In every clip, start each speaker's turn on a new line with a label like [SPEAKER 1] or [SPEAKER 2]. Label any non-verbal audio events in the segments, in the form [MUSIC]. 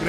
[SPEAKER 1] Good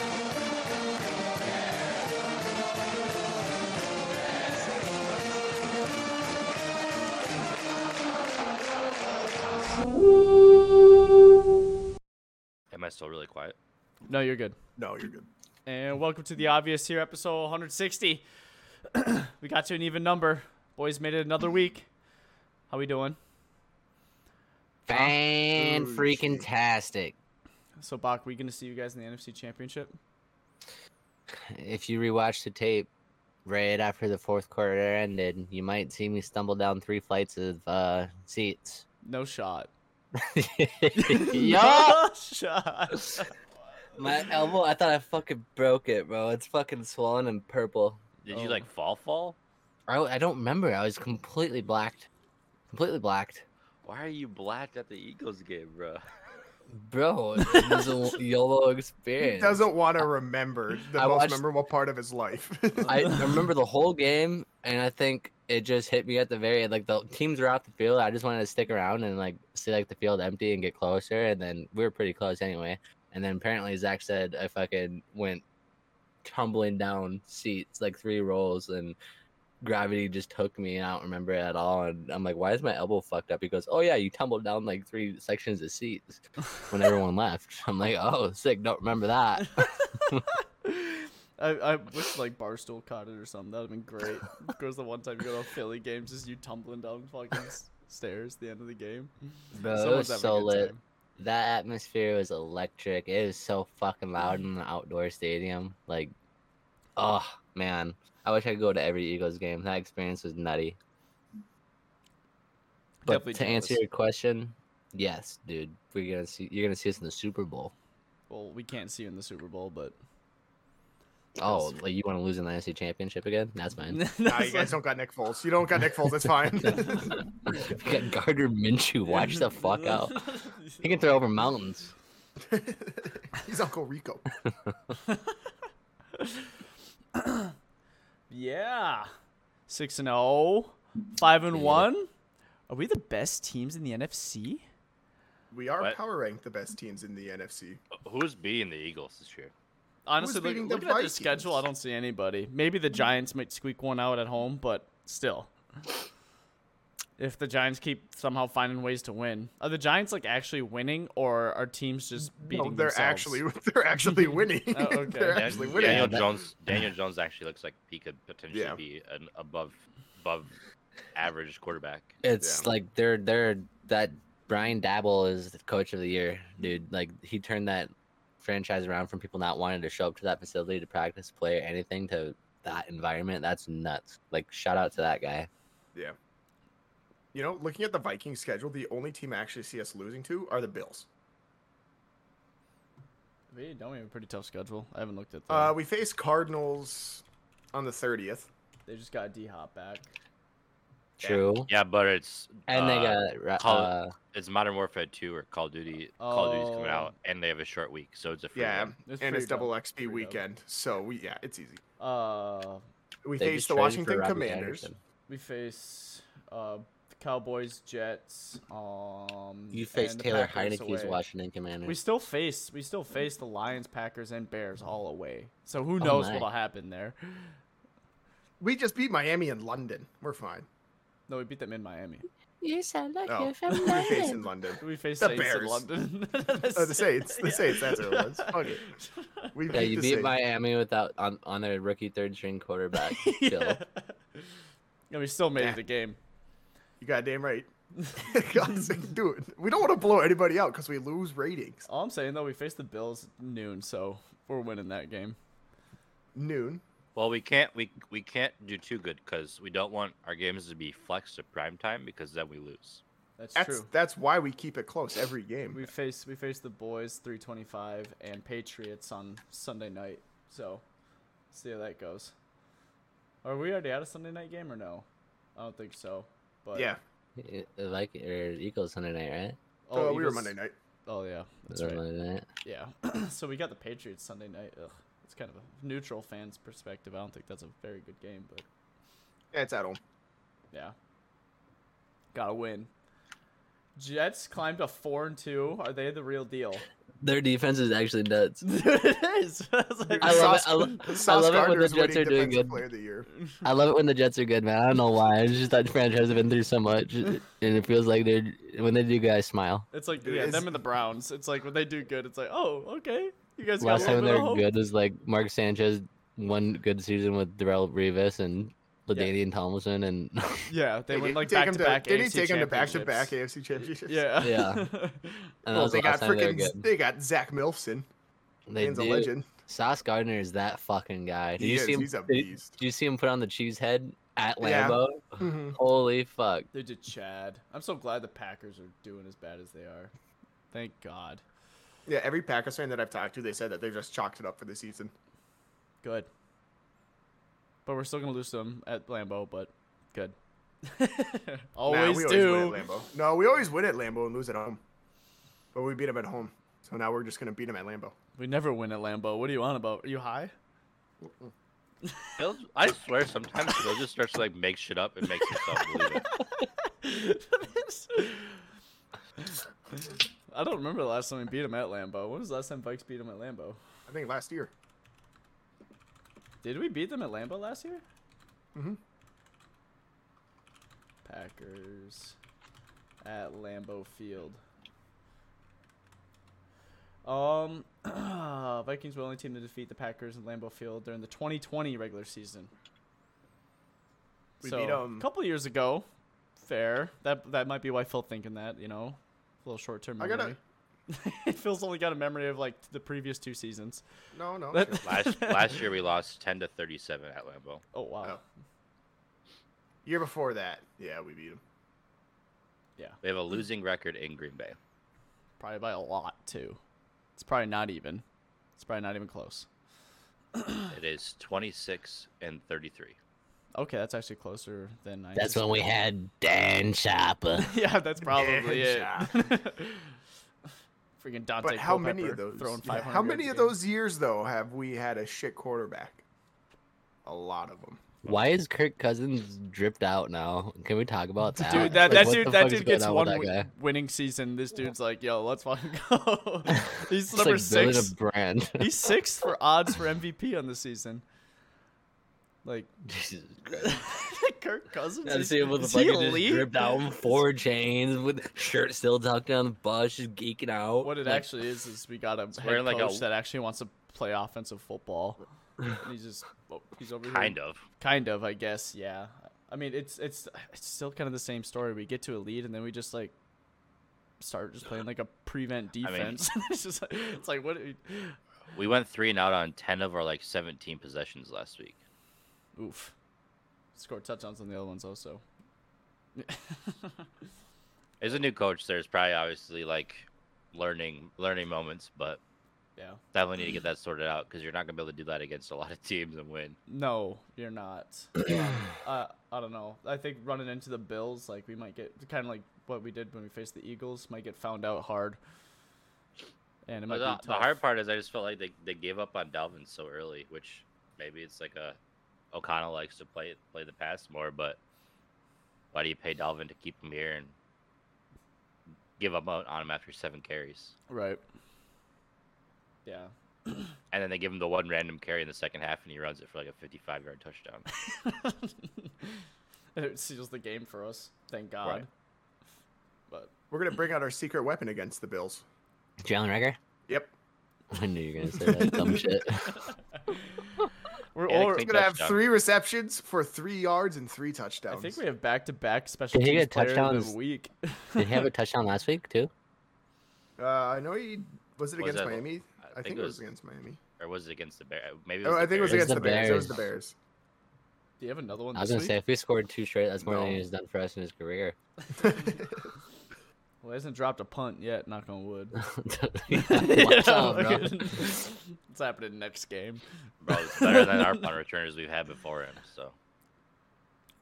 [SPEAKER 2] Am I still really quiet?
[SPEAKER 3] No, you're good.
[SPEAKER 4] No, you're good.
[SPEAKER 3] And welcome to the obvious here, episode 160. [CLEARS THROAT] we got to an even number. Boys made it another week. How we doing?
[SPEAKER 5] Oh, Fan freaking tastic.
[SPEAKER 3] So, Bach, we gonna see you guys in the NFC Championship?
[SPEAKER 5] If you rewatch the tape right after the fourth quarter ended, you might see me stumble down three flights of uh, seats. [LAUGHS]
[SPEAKER 3] No shot.
[SPEAKER 5] Yup!
[SPEAKER 3] No shot. [LAUGHS]
[SPEAKER 5] My elbow, I thought I fucking broke it, bro. It's fucking swollen and purple.
[SPEAKER 2] Did
[SPEAKER 3] Oh.
[SPEAKER 2] you like fall fall?
[SPEAKER 5] I, I don't remember. I was completely blacked. Completely blacked.
[SPEAKER 2] Why are you blacked at the Eagles game, bro?
[SPEAKER 5] Bro, it was a [LAUGHS] YOLO experience.
[SPEAKER 4] He doesn't want to remember the
[SPEAKER 5] I
[SPEAKER 4] most
[SPEAKER 5] watched-
[SPEAKER 4] memorable part of his life. [LAUGHS]
[SPEAKER 5] I remember the whole game, and I think it just hit me at the very end. Like the teams were off the field. I just wanted to stick around and like see like the field empty and get closer. And then we were pretty close anyway. And then apparently Zach said I fucking went tumbling down seats like three rolls and gravity just took me and I don't remember it at all and I'm like why is my elbow fucked up he goes oh yeah you tumbled down like three sections of seats when everyone left [LAUGHS] I'm like oh sick don't remember
[SPEAKER 3] [LAUGHS]
[SPEAKER 5] that
[SPEAKER 3] I, I wish like Barstool caught it or something. That'd have been great. Of course, the one time you go to a Philly game, just you tumbling down fucking s- stairs at the end of the game.
[SPEAKER 5] Bro, it
[SPEAKER 3] Someone's
[SPEAKER 5] was
[SPEAKER 3] having
[SPEAKER 5] so
[SPEAKER 3] a good
[SPEAKER 5] lit.
[SPEAKER 3] time.
[SPEAKER 5] That atmosphere was electric. It was so fucking loud in the outdoor stadium. Like, oh man, I wish I could go to every Eagles game. That experience was nutty. But
[SPEAKER 3] Definitely
[SPEAKER 5] to answer
[SPEAKER 3] jealous.
[SPEAKER 5] your question, yes, dude, we're gonna see. You're gonna see us in the Super Bowl.
[SPEAKER 3] Well, we can't see you in the Super Bowl, but
[SPEAKER 5] Oh, like you want to lose in the NFC Championship again?
[SPEAKER 3] [LAUGHS]
[SPEAKER 5] That's fine.
[SPEAKER 4] nah, you guys don't got Nick Foles. You don't got Nick Foles. That's fine.
[SPEAKER 5] [LAUGHS] you got Gardner Minshew. Watch the
[SPEAKER 3] [LAUGHS]
[SPEAKER 5] fuck out. He can throw over mountains.
[SPEAKER 4] He's Uncle Rico.
[SPEAKER 3] Yeah. 6 and 0, 5 and 1. Are we the best teams in the NFC?
[SPEAKER 4] We are
[SPEAKER 2] What?
[SPEAKER 4] power ranked the best teams in the NFC.
[SPEAKER 2] Who's beating the Eagles this year?
[SPEAKER 3] Honestly, look,
[SPEAKER 4] beating the
[SPEAKER 3] looking at their schedule, I
[SPEAKER 4] Vikings?
[SPEAKER 3] don't see anybody. Maybe the Giants might squeak one out at home, but still. If the Giants keep somehow finding ways to win, are the Giants like actually winning, or are teams just beating
[SPEAKER 4] No, they're
[SPEAKER 3] themselves?
[SPEAKER 4] actually
[SPEAKER 5] [LAUGHS]
[SPEAKER 4] they're actually winning.
[SPEAKER 3] Oh, okay.
[SPEAKER 4] [LAUGHS] they're
[SPEAKER 2] Dan-
[SPEAKER 4] actually winning.
[SPEAKER 2] Daniel Jones. Daniel Jones actually looks like he could potentially
[SPEAKER 4] Yeah.
[SPEAKER 2] be an above above average quarterback.
[SPEAKER 5] It's
[SPEAKER 4] Yeah.
[SPEAKER 5] like they're they're that Brian Dabble is the coach of the year, dude. Like he turned that franchise around from people not wanting to show up to that facility to practice, play, or anything to that environment. That's nuts. Like shout out to that guy.
[SPEAKER 4] You know, looking at the Viking schedule, the only team I actually see us losing to are the Bills.
[SPEAKER 3] We don't we have a pretty tough schedule. I haven't looked at that.
[SPEAKER 4] Uh, we face Cardinals on the thirtieth.
[SPEAKER 3] they just got D Hop back.
[SPEAKER 5] True.
[SPEAKER 2] Yeah, but it's
[SPEAKER 5] And
[SPEAKER 2] uh,
[SPEAKER 5] they got ra-
[SPEAKER 2] Call-
[SPEAKER 5] uh,
[SPEAKER 2] it's Modern Warfare 2 or Call of Duty. Call of Duty's coming
[SPEAKER 3] Oh.
[SPEAKER 2] out, and they have a short week, so it's a free
[SPEAKER 4] Yeah,
[SPEAKER 2] one.
[SPEAKER 3] It's
[SPEAKER 4] and
[SPEAKER 3] pretty
[SPEAKER 4] it's double
[SPEAKER 3] dope.
[SPEAKER 4] XP
[SPEAKER 3] Pretty dope.
[SPEAKER 4] weekend, so we yeah, it's easy.
[SPEAKER 3] Uh,
[SPEAKER 4] We
[SPEAKER 5] they just
[SPEAKER 4] face
[SPEAKER 5] traded
[SPEAKER 4] the
[SPEAKER 5] for
[SPEAKER 4] Washington
[SPEAKER 5] Robbie
[SPEAKER 4] Commanders.
[SPEAKER 5] Anderson.
[SPEAKER 3] we face uh the Cowboys, Jets. Um,
[SPEAKER 5] You face
[SPEAKER 3] and the
[SPEAKER 5] Taylor
[SPEAKER 3] Packers
[SPEAKER 5] Heineke's
[SPEAKER 3] away.
[SPEAKER 5] Washington
[SPEAKER 3] We
[SPEAKER 5] Commanders.
[SPEAKER 3] still face we still face the Lions, Packers, and Bears all away. So who
[SPEAKER 5] Oh
[SPEAKER 3] knows
[SPEAKER 5] my.
[SPEAKER 3] what'll happen there?
[SPEAKER 4] We just beat Miami in London. We're fine.
[SPEAKER 3] No, we beat them in Miami.
[SPEAKER 5] You sound like
[SPEAKER 4] Oh, [LAUGHS] we face in London.
[SPEAKER 5] [LAUGHS]
[SPEAKER 3] We faced
[SPEAKER 4] The
[SPEAKER 3] Saints in
[SPEAKER 4] Bears.
[SPEAKER 3] London. [LAUGHS]
[SPEAKER 4] [LAUGHS] Oh, the Saints. The Saints. That's what it was.
[SPEAKER 5] [LAUGHS]
[SPEAKER 4] Fuck it. We
[SPEAKER 5] Yeah, you
[SPEAKER 4] the
[SPEAKER 5] beat
[SPEAKER 4] Saints.
[SPEAKER 5] Miami without on, on their rookie third
[SPEAKER 3] [LAUGHS]
[SPEAKER 5] string quarterback. Chill.
[SPEAKER 3] And we still made
[SPEAKER 4] Yeah.
[SPEAKER 3] it the game.
[SPEAKER 4] You goddamn
[SPEAKER 5] [LAUGHS]
[SPEAKER 4] right. [LAUGHS] God's sake, Dude, we don't want to blow anybody out because we lose ratings.
[SPEAKER 3] All I'm saying though, we faced the Bills at noon, so we're winning that game.
[SPEAKER 4] Noon.
[SPEAKER 2] Well, we can't we we can't do too good because we don't want our games to be flexed to prime time because then we lose.
[SPEAKER 3] That's,
[SPEAKER 4] That's
[SPEAKER 3] true.
[SPEAKER 4] that's why we keep it close every game.
[SPEAKER 3] We face we face the boys 325 and Patriots on Sunday night. So See how that goes. Are we already out of Sunday night game or no? I don't think so. But
[SPEAKER 4] Yeah.
[SPEAKER 5] Y- Like or Eagles Sunday night, right?
[SPEAKER 4] Oh, we were
[SPEAKER 3] Eagles-
[SPEAKER 4] Monday night.
[SPEAKER 3] Oh yeah, that's
[SPEAKER 5] Or
[SPEAKER 3] right.
[SPEAKER 5] Monday night.
[SPEAKER 3] Yeah. [CLEARS THROAT] so we got the Patriots Sunday night. Ugh, it's kind of a neutral fan's perspective. I don't think that's a very good game, but
[SPEAKER 4] Yeah, it's at home.
[SPEAKER 3] yeah, gotta win. Jets climbed to four and two. Are they the real deal? [LAUGHS]
[SPEAKER 5] Their defense is actually nuts.
[SPEAKER 3] it is. [LAUGHS] I was like,
[SPEAKER 5] I love it. I,
[SPEAKER 4] Sauce-
[SPEAKER 5] lo-
[SPEAKER 4] [LAUGHS]
[SPEAKER 5] I
[SPEAKER 4] Sauce
[SPEAKER 5] love it when the
[SPEAKER 4] Gardner's
[SPEAKER 5] Jets
[SPEAKER 4] winning
[SPEAKER 5] are doing
[SPEAKER 4] Defensive
[SPEAKER 5] good.
[SPEAKER 4] Player of the year.
[SPEAKER 5] I love it when the Jets are good, man. I don't know why. It's just that franchise has been through so
[SPEAKER 4] [LAUGHS]
[SPEAKER 5] much, and it feels like they're when they do, guys smile.
[SPEAKER 3] It's like
[SPEAKER 4] Dude,
[SPEAKER 3] yeah,
[SPEAKER 4] it's-
[SPEAKER 3] them and the Browns. It's like when they do good, it's like oh okay, you guys got a
[SPEAKER 5] Last
[SPEAKER 3] little
[SPEAKER 5] time
[SPEAKER 3] bit
[SPEAKER 5] they
[SPEAKER 3] of
[SPEAKER 5] were
[SPEAKER 3] hope.
[SPEAKER 5] good was like Mark Sanchez, one good season with Darrell Revis and Ladainian Tomlinson, and [LAUGHS]
[SPEAKER 3] Yeah, they
[SPEAKER 4] Hey,
[SPEAKER 3] went
[SPEAKER 4] did
[SPEAKER 3] like
[SPEAKER 4] he take
[SPEAKER 3] back
[SPEAKER 4] him
[SPEAKER 3] to back.
[SPEAKER 4] Did he take
[SPEAKER 3] him
[SPEAKER 4] him to back-to-back AFC championships?
[SPEAKER 3] Yeah. [LAUGHS]
[SPEAKER 5] Yeah. and that
[SPEAKER 4] Well,
[SPEAKER 5] was the
[SPEAKER 4] they got
[SPEAKER 5] last time they were
[SPEAKER 4] freaking.
[SPEAKER 5] good.
[SPEAKER 4] They got Zach Milfson.
[SPEAKER 5] They
[SPEAKER 4] Man's a
[SPEAKER 5] do.
[SPEAKER 4] legend.
[SPEAKER 5] Sauce Gardner is that fucking guy. Did
[SPEAKER 4] He
[SPEAKER 5] you
[SPEAKER 4] is.
[SPEAKER 5] see him?
[SPEAKER 4] He's a
[SPEAKER 5] did you-
[SPEAKER 4] beast.
[SPEAKER 5] did you see him put on the cheese head at
[SPEAKER 4] Yeah.
[SPEAKER 5] Lambeau?
[SPEAKER 4] Mhm.
[SPEAKER 5] Holy fuck!
[SPEAKER 3] They did Chad. I'm so glad the Packers are doing as bad as they are. Thank God.
[SPEAKER 4] Yeah, every Packers fan that I've talked to, they said that they've just chalked it up for the season.
[SPEAKER 3] Good. But we're still gonna lose them at Lambeau, but good. [LAUGHS]
[SPEAKER 4] Nah,
[SPEAKER 3] always
[SPEAKER 4] we
[SPEAKER 3] do.
[SPEAKER 4] Always win at Lambeau. No, we always win at Lambeau and lose at home. But we beat them at home, so now we're just gonna beat them at Lambeau.
[SPEAKER 3] we never win at Lambeau. What are you on about? Are you high?
[SPEAKER 2] Phil, I swear sometimes Phil just starts to like make shit up and makes himself believe it.
[SPEAKER 3] [LAUGHS] I don't remember the last time we beat them at Lambeau. When was the last time Vikes beat them at Lambeau?
[SPEAKER 4] I think last year.
[SPEAKER 3] Did we beat them at Lambeau last year?
[SPEAKER 4] Mhm.
[SPEAKER 3] Packers at Lambeau Field. Um, [CLEARS THROAT] Vikings were the only team to defeat the Packers in Lambeau Field during the 2020 regular season.
[SPEAKER 4] We
[SPEAKER 3] so,
[SPEAKER 4] beat 'em-
[SPEAKER 3] a couple years ago. Fair. That that might be why Phil thinking that. You know, a little short term
[SPEAKER 4] I
[SPEAKER 3] memory.
[SPEAKER 4] gotta.
[SPEAKER 3] Phil's only got a memory [LAUGHS] of like the previous two seasons.
[SPEAKER 4] No, no. [LAUGHS]
[SPEAKER 3] That-
[SPEAKER 4] sure.
[SPEAKER 2] Last last year we lost ten to thirty seven at Lambeau.
[SPEAKER 3] Oh wow.
[SPEAKER 4] Oh. Year before that, yeah, we beat them.
[SPEAKER 2] We have a losing record in Green Bay.
[SPEAKER 3] Probably by a lot too. It's probably not even. It's probably not even close.
[SPEAKER 2] It is twenty six and thirty three.
[SPEAKER 3] Okay, that's actually closer than I.
[SPEAKER 5] That's when we had Dan Chopper.
[SPEAKER 3] anticipated. [LAUGHS] Yeah, that's probably
[SPEAKER 4] Yeah.
[SPEAKER 3] it. [LAUGHS] Freaking Dante.
[SPEAKER 4] But how many of
[SPEAKER 3] Culpepper
[SPEAKER 4] those?
[SPEAKER 3] Throwing
[SPEAKER 4] yeah,
[SPEAKER 3] 500
[SPEAKER 4] how many
[SPEAKER 3] yards
[SPEAKER 4] of
[SPEAKER 3] a game.
[SPEAKER 4] those years though have we had a shit quarterback? A lot of them.
[SPEAKER 5] Why is Kirk Cousins dripped out now? Can we talk about that?
[SPEAKER 3] Dude, that,
[SPEAKER 5] Like,
[SPEAKER 3] that
[SPEAKER 5] what
[SPEAKER 3] dude,
[SPEAKER 5] the
[SPEAKER 3] that
[SPEAKER 5] fuck is
[SPEAKER 3] dude
[SPEAKER 5] going
[SPEAKER 3] gets
[SPEAKER 5] on with
[SPEAKER 3] one
[SPEAKER 5] that
[SPEAKER 3] win-
[SPEAKER 5] guy?
[SPEAKER 3] winning season. This dude's like, yo, let's
[SPEAKER 5] [LAUGHS]
[SPEAKER 3] fucking go. [LAUGHS] He's
[SPEAKER 5] It's
[SPEAKER 3] number
[SPEAKER 5] like building
[SPEAKER 3] six.
[SPEAKER 5] A brand.
[SPEAKER 3] He's sixth for odds for MVP on the season. Like [LAUGHS]
[SPEAKER 5] [LAUGHS] Jesus Christ.
[SPEAKER 3] Kirk Cousins.
[SPEAKER 5] I
[SPEAKER 3] is-
[SPEAKER 5] see him with a
[SPEAKER 3] is he
[SPEAKER 5] fucking just
[SPEAKER 3] elite?
[SPEAKER 5] dripped out
[SPEAKER 3] [LAUGHS]
[SPEAKER 5] with four chains with shirt still tucked down the bus, just geeking out.
[SPEAKER 3] What it
[SPEAKER 5] Like,
[SPEAKER 3] actually is is we got a head
[SPEAKER 2] wearing, like, a-
[SPEAKER 3] coach that actually wants to play offensive football. And he's just oh, he's over
[SPEAKER 2] Kind
[SPEAKER 3] here.
[SPEAKER 2] of.
[SPEAKER 3] kind of, I guess. Yeah, I mean it's it's it's still kind of the same story. We get to a lead and then we just like start just playing like a prevent
[SPEAKER 2] mean-
[SPEAKER 3] defense. [LAUGHS] it's just like, it's like what?
[SPEAKER 2] We went three and out on ten of our like seventeen possessions last week.
[SPEAKER 3] Oof, scored touchdowns on the other ones also.
[SPEAKER 2] As a new coach, there's probably obviously like learning learning moments, but
[SPEAKER 3] Yeah.
[SPEAKER 2] definitely need to get that sorted out because you're not gonna be able to do that against a lot of teams and win.
[SPEAKER 3] No, you're
[SPEAKER 5] [CLEARS THROAT]
[SPEAKER 3] not. uh, I don't know. I think running into the Bills, like we might get kind of like what we did when we faced the Eagles, might get found out hard. And it might
[SPEAKER 2] But
[SPEAKER 3] be
[SPEAKER 2] the,
[SPEAKER 3] tough.
[SPEAKER 2] the hard part is I just felt like they, they gave up on Dalvin so early, which maybe it's like a O'Connell likes to play play the pass more, but why do you pay Dalvin to keep him here and give up on on him after seven carries?
[SPEAKER 3] right? Yeah, [LAUGHS]
[SPEAKER 2] And then they give him the one random carry in the second half, and he runs it for like a 55 yard touchdown.
[SPEAKER 3] it seals the game for us. Thank God.
[SPEAKER 2] Right.
[SPEAKER 3] But
[SPEAKER 4] We're gonna bring out our secret weapon against the Bills.
[SPEAKER 5] Jalen Rager?
[SPEAKER 4] Yep.
[SPEAKER 5] [LAUGHS] I knew you were gonna say
[SPEAKER 3] [LAUGHS]
[SPEAKER 5] that dumb shit.
[SPEAKER 3] we're
[SPEAKER 2] Yeah, they
[SPEAKER 3] or
[SPEAKER 2] clean-
[SPEAKER 4] We're gonna have
[SPEAKER 2] touchdown.
[SPEAKER 4] three receptions for three yards and three
[SPEAKER 3] I
[SPEAKER 4] touchdowns.
[SPEAKER 3] think we have back to back special
[SPEAKER 5] Did he
[SPEAKER 3] teams
[SPEAKER 5] get
[SPEAKER 3] player of
[SPEAKER 5] touchdowns?
[SPEAKER 3] the week. [LAUGHS]
[SPEAKER 5] Did he have a touchdown last week too?
[SPEAKER 4] Uh, I know he was it
[SPEAKER 2] Was
[SPEAKER 4] against
[SPEAKER 2] that-
[SPEAKER 4] Miami.
[SPEAKER 2] I
[SPEAKER 4] I
[SPEAKER 2] think
[SPEAKER 4] think
[SPEAKER 2] it
[SPEAKER 4] it was
[SPEAKER 2] was-
[SPEAKER 4] against Miami.
[SPEAKER 2] or was it against the Bears? Maybe it
[SPEAKER 4] Oh,
[SPEAKER 2] was
[SPEAKER 4] I
[SPEAKER 2] the
[SPEAKER 4] think it was
[SPEAKER 2] Bears.
[SPEAKER 4] against
[SPEAKER 5] the
[SPEAKER 4] the Bears. It was the
[SPEAKER 5] Bears.
[SPEAKER 4] Bears.
[SPEAKER 3] Do you have another one?
[SPEAKER 5] I was
[SPEAKER 3] this
[SPEAKER 5] gonna
[SPEAKER 3] week?
[SPEAKER 5] [LAUGHS] say if we scored two straight, that's more than
[SPEAKER 4] No.
[SPEAKER 5] he's done for us in his career.
[SPEAKER 3] Well, he hasn't dropped a punt yet. Knock on wood. [LAUGHS]
[SPEAKER 5] [LAUGHS] Watch out, bro.
[SPEAKER 3] It's happening next game.
[SPEAKER 2] Bro, it's better than
[SPEAKER 4] [LAUGHS]
[SPEAKER 2] our punt returners we've had before him. So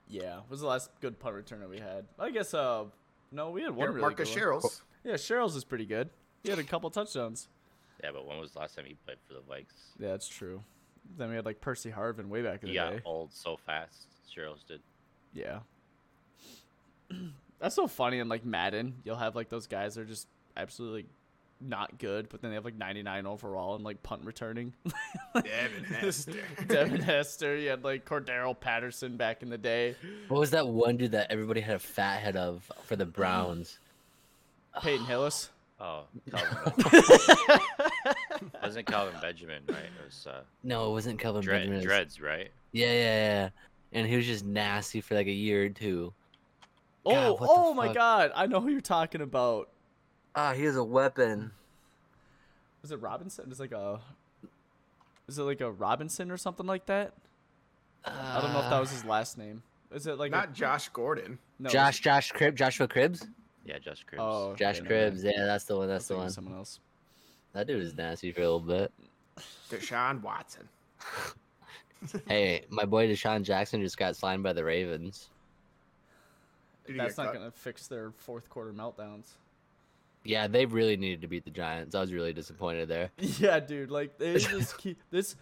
[SPEAKER 3] Yeah, was the last good punt returner we had? I guess. Uh, no, we had one
[SPEAKER 4] Here,
[SPEAKER 3] really
[SPEAKER 4] [LAUGHS] Marcus
[SPEAKER 3] good one.
[SPEAKER 4] Sherrills.
[SPEAKER 3] Yeah, Cheryl's is pretty good. He had a couple touchdowns.
[SPEAKER 2] yeah, but when was the last time he played for the Vikes?
[SPEAKER 3] Yeah, that's true. Then we had like Percy Harvin way back in
[SPEAKER 2] He
[SPEAKER 3] the
[SPEAKER 2] got
[SPEAKER 3] day.
[SPEAKER 2] old so fast. Cheryl's did.
[SPEAKER 3] Yeah. [CLEARS THROAT] That's so funny in like Madden. You'll have like those guys that are just absolutely not good, but then they have like 99 overall and like punt returning. [LAUGHS]
[SPEAKER 4] Devin Hester.
[SPEAKER 3] Devin Hester, you had like Cordero Patterson back in the day.
[SPEAKER 5] What was that one dude that everybody had a fat head of for the Browns?
[SPEAKER 3] Peyton Hillis.
[SPEAKER 2] Oh, Calvin. Benjamin. [LAUGHS] Wasn't Calvin Benjamin right? It was uh,
[SPEAKER 5] No, it wasn't Kelvin
[SPEAKER 2] Dred-
[SPEAKER 5] Benjamin. it was-
[SPEAKER 2] Dreads, right?
[SPEAKER 5] Yeah, yeah, yeah. And he was just nasty for like a year or two.
[SPEAKER 3] Oh,
[SPEAKER 5] what the
[SPEAKER 3] oh my
[SPEAKER 5] fuck?
[SPEAKER 3] god. I know who you're talking about.
[SPEAKER 5] Ah, he was a weapon.
[SPEAKER 3] Is it Robinson? Is like a Is it like a Robinson or something like that? I don't know if that was his last name. Is it like a-
[SPEAKER 4] [LAUGHS] Not Josh Gordon.
[SPEAKER 3] no,
[SPEAKER 5] Josh, Josh Crib, Joshua Cribs,
[SPEAKER 2] Yeah, Josh Cribs.
[SPEAKER 3] Oh, okay,
[SPEAKER 5] Josh
[SPEAKER 3] never
[SPEAKER 5] Cribs.
[SPEAKER 3] mind.
[SPEAKER 5] Yeah, that's the one.
[SPEAKER 3] I was
[SPEAKER 5] That's the
[SPEAKER 3] thinking
[SPEAKER 5] one.
[SPEAKER 3] of Someone else.
[SPEAKER 5] That dude was nasty for a
[SPEAKER 3] [LAUGHS]
[SPEAKER 5] little bit.
[SPEAKER 4] Deshaun Watson.
[SPEAKER 5] Hey, my boy Deshaun Jackson just got signed by the Ravens.
[SPEAKER 4] Did he
[SPEAKER 3] That's
[SPEAKER 4] get
[SPEAKER 3] not
[SPEAKER 4] cut?
[SPEAKER 3] going to fix their fourth quarter meltdowns. [LAUGHS]
[SPEAKER 5] Yeah, they really needed to beat the Giants. I was really disappointed there.
[SPEAKER 3] Yeah, dude. Like
[SPEAKER 5] [LAUGHS]
[SPEAKER 3] they just keep this.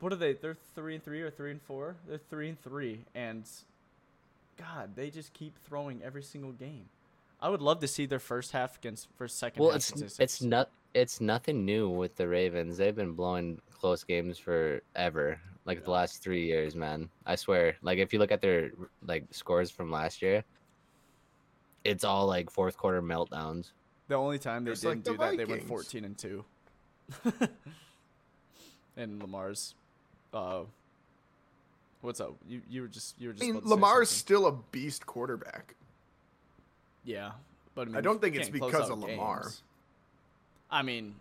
[SPEAKER 3] What are they? They're three and three or three and four. They're three and three, and God, they just keep throwing every single game. I would love to see their first half against first second.
[SPEAKER 5] Well,
[SPEAKER 3] half
[SPEAKER 5] it's
[SPEAKER 3] statistics.
[SPEAKER 5] it's not it's nothing new with the Ravens. They've been blowing close games forever, like the last three years, man. I swear. Like if you look at their like scores from last year, it's all like fourth quarter meltdowns.
[SPEAKER 3] the only time they
[SPEAKER 4] Just like
[SPEAKER 3] didn't
[SPEAKER 4] the
[SPEAKER 3] do that. They went
[SPEAKER 4] Vikings.
[SPEAKER 3] fourteen and two. [LAUGHS] and Lamar's, uh, what's up? You you were just you were just.
[SPEAKER 4] I mean,
[SPEAKER 3] about to say
[SPEAKER 4] Lamar's
[SPEAKER 3] something.
[SPEAKER 4] still a beast quarterback.
[SPEAKER 3] Yeah, but I, mean,
[SPEAKER 4] I don't think
[SPEAKER 3] you
[SPEAKER 4] it's
[SPEAKER 3] can't close
[SPEAKER 4] because
[SPEAKER 3] out
[SPEAKER 4] of Lamar.
[SPEAKER 3] games. I mean,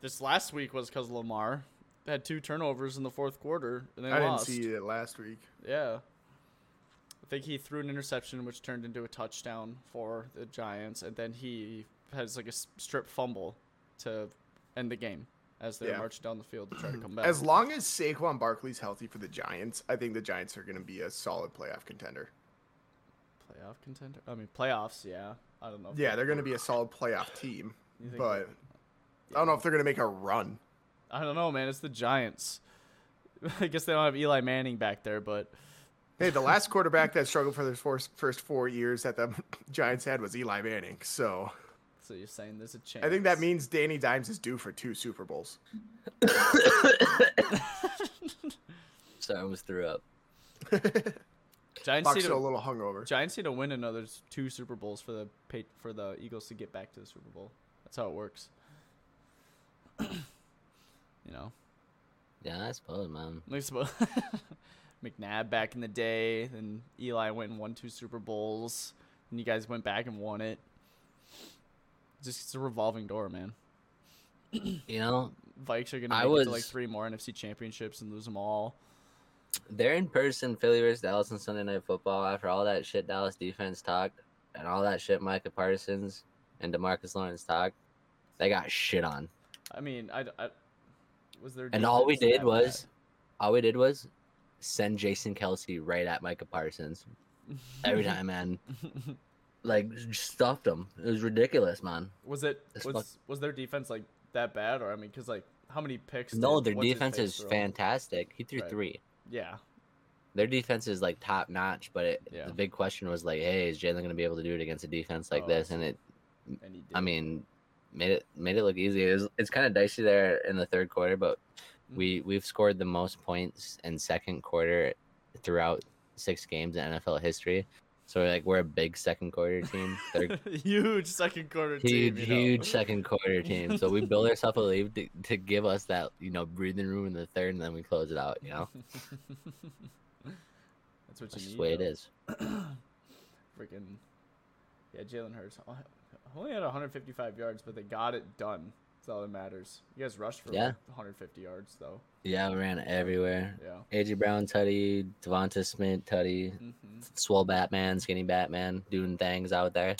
[SPEAKER 3] this last week was because Lamar had two turnovers in the fourth quarter and they
[SPEAKER 4] I didn't
[SPEAKER 3] lost.
[SPEAKER 4] see it last week.
[SPEAKER 3] Yeah, I think he threw an interception which turned into a touchdown for the Giants, and then he has like a s- strip fumble to end the game as they're
[SPEAKER 4] Yeah.
[SPEAKER 3] marching down the field to try
[SPEAKER 4] [CLEARS THROAT]
[SPEAKER 3] to come back.
[SPEAKER 4] As long as Saquon Barkley's healthy for the Giants, I think the Giants are going to be a solid playoff contender.
[SPEAKER 3] playoff contender, I mean playoffs. Yeah, I don't know. if
[SPEAKER 4] Yeah, they're going to be a solid playoff team,
[SPEAKER 3] You think
[SPEAKER 4] but I don't know if they're going to make a run.
[SPEAKER 3] I don't know, man. It's the Giants. [LAUGHS] I guess they don't have Eli Manning back there, but
[SPEAKER 4] Hey, the last quarterback that struggled for their first, first four years that the [LAUGHS] Giants had was Eli Manning. So
[SPEAKER 3] so you're saying there's a chance.
[SPEAKER 4] I think that means Danny Dimes is due for two Super Bowls.
[SPEAKER 5] So I almost threw up.
[SPEAKER 3] Giants need,
[SPEAKER 4] Bucks are
[SPEAKER 3] to,
[SPEAKER 4] a little hungover.
[SPEAKER 3] Giants need to win another s- two Super Bowls for the pa- for the Eagles to get back to the Super Bowl. That's how it works. [COUGHS] you know,
[SPEAKER 5] Yeah, I suppose, man.
[SPEAKER 3] like suppo- [LAUGHS] McNabb back in the day, then Eli went and won two Super Bowls, and you guys went back and won it. Just it's a revolving door, man.
[SPEAKER 5] You know,
[SPEAKER 3] Vikes are gonna
[SPEAKER 5] I
[SPEAKER 3] make it to like
[SPEAKER 5] was-
[SPEAKER 3] three more NFC championships and lose them all.
[SPEAKER 5] they're in person Philly versus Dallas on Sunday Night Football after all that shit Dallas defense talked and all that shit Micah Parsons and Demarcus Lawrence talked. They got shit on.
[SPEAKER 3] I mean, I, d- I- was there.
[SPEAKER 5] And all we
[SPEAKER 3] defense
[SPEAKER 5] did
[SPEAKER 3] that
[SPEAKER 5] was, all we did was send Jason Kelsey right at Micah Parsons every
[SPEAKER 3] [LAUGHS]
[SPEAKER 5] time, man.
[SPEAKER 3] bad?
[SPEAKER 5] Like just stuffed him. It was ridiculous, man.
[SPEAKER 3] was it
[SPEAKER 5] It's
[SPEAKER 3] was
[SPEAKER 5] fuck-
[SPEAKER 3] was their defense like that bad? Or I mean, because like how many picks?
[SPEAKER 5] No,
[SPEAKER 3] did-
[SPEAKER 5] their
[SPEAKER 3] what's his
[SPEAKER 5] defense
[SPEAKER 3] face
[SPEAKER 5] is
[SPEAKER 3] throw?
[SPEAKER 5] fantastic. He threw
[SPEAKER 3] Right.
[SPEAKER 5] three.
[SPEAKER 3] Yeah,
[SPEAKER 5] Their defense is like top notch, but it,
[SPEAKER 3] Yeah.
[SPEAKER 5] the big question was like, hey, is Jalen gonna be able to do it against a defense like
[SPEAKER 3] Oh, I
[SPEAKER 5] this? And it
[SPEAKER 3] and he did.
[SPEAKER 5] I mean, made it made it look easy. It was, it's kind of dicey there in the third quarter, but
[SPEAKER 3] Mhm.
[SPEAKER 5] we we've scored the most points in second quarter throughout six games in NFL history. So we're like we're a big
[SPEAKER 3] [LAUGHS]
[SPEAKER 5] second quarter team, third,
[SPEAKER 3] huge second quarter team.
[SPEAKER 5] huge
[SPEAKER 3] you know.
[SPEAKER 5] huge second quarter team. So we build ourselves a lead to, to give us that you know breathing room in the third, and then we close it out. You
[SPEAKER 3] [LAUGHS]
[SPEAKER 5] know,
[SPEAKER 3] [LAUGHS] That's what you
[SPEAKER 5] that's
[SPEAKER 3] need.
[SPEAKER 5] just the way it
[SPEAKER 3] though.
[SPEAKER 5] is.
[SPEAKER 3] Freaking yeah, Jalen Hurts oh, only had 155 yards, but they got it done. That's all that matters. You guys rushed for like,
[SPEAKER 5] Yeah.
[SPEAKER 3] 150 yards though.
[SPEAKER 5] Yeah, we ran everywhere.
[SPEAKER 3] Yeah.
[SPEAKER 5] AJ Brown, Tutty, Devonta Smith, Tutty,
[SPEAKER 3] Mm-hmm. [LAUGHS]
[SPEAKER 5] swole Batman, skinny Batman, doing things out there.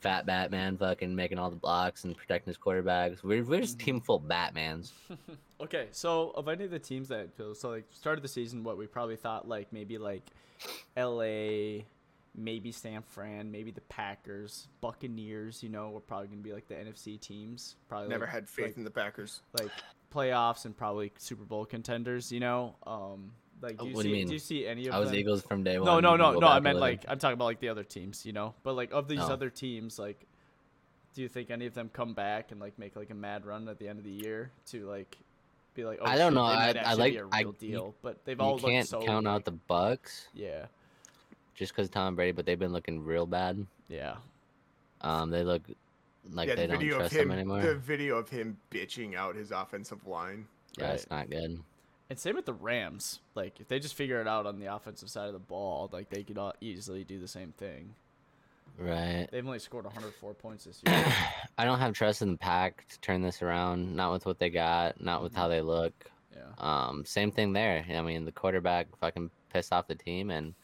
[SPEAKER 5] Fat Batman fucking making all the blocks and protecting his quarterbacks. We're, we're
[SPEAKER 3] Mm-hmm.
[SPEAKER 5] just a team full of Batmans.
[SPEAKER 3] Okay, so of any of the teams that so like started the season, what we probably thought like maybe like L.A., maybe San Fran, maybe the Packers, Buccaneers. You know, we're probably gonna be like the NFC teams. Probably
[SPEAKER 4] Never
[SPEAKER 3] like-
[SPEAKER 4] had faith
[SPEAKER 3] like,
[SPEAKER 4] in the Packers.
[SPEAKER 3] like playoffs and probably Super Bowl contenders. You know, um, like
[SPEAKER 5] Oh,
[SPEAKER 3] do you,
[SPEAKER 5] what
[SPEAKER 3] see,
[SPEAKER 5] do you mean?
[SPEAKER 3] do you see any of
[SPEAKER 5] I was
[SPEAKER 3] them?
[SPEAKER 5] Eagles from day one.
[SPEAKER 3] No, no,
[SPEAKER 5] and
[SPEAKER 3] no,
[SPEAKER 5] we'll
[SPEAKER 3] no. I
[SPEAKER 5] back
[SPEAKER 3] meant
[SPEAKER 5] Oh. to
[SPEAKER 3] like
[SPEAKER 5] living.
[SPEAKER 3] I'm talking about like the other teams, you know. But like of these
[SPEAKER 5] No.
[SPEAKER 3] other teams, like, do you think any of them come back and like make like a mad run at the end of the year to like be like, oh,
[SPEAKER 5] I don't
[SPEAKER 3] shit,
[SPEAKER 5] know,
[SPEAKER 3] they
[SPEAKER 5] I-
[SPEAKER 3] might
[SPEAKER 5] I
[SPEAKER 3] actually
[SPEAKER 5] like-
[SPEAKER 3] be a
[SPEAKER 5] I-
[SPEAKER 3] real
[SPEAKER 5] you-
[SPEAKER 3] deal, but they've all
[SPEAKER 5] you
[SPEAKER 3] looked
[SPEAKER 5] can't
[SPEAKER 3] so
[SPEAKER 5] count out
[SPEAKER 3] like-
[SPEAKER 5] the Bucks
[SPEAKER 3] yeah,
[SPEAKER 5] just because Tom Brady, but they've been looking real bad.
[SPEAKER 3] yeah.
[SPEAKER 5] Um, they look like
[SPEAKER 4] yeah,
[SPEAKER 5] they
[SPEAKER 4] the
[SPEAKER 5] don't
[SPEAKER 4] video of
[SPEAKER 5] trust
[SPEAKER 4] him.
[SPEAKER 5] him anymore.
[SPEAKER 4] The video of him bitching out his offensive line.
[SPEAKER 5] yeah, it's not good.
[SPEAKER 3] And same with the Rams. Like if they just figure it out on the offensive side of the ball, like they could all easily do the same thing.
[SPEAKER 5] Right.
[SPEAKER 3] They've only scored 104 points this year.
[SPEAKER 5] [COUGHS] I don't have trust in the pack to turn this around. Not with what they got. Not with how they look.
[SPEAKER 3] yeah.
[SPEAKER 5] Um, same thing there. I mean, the quarterback fucking pissed off the team, and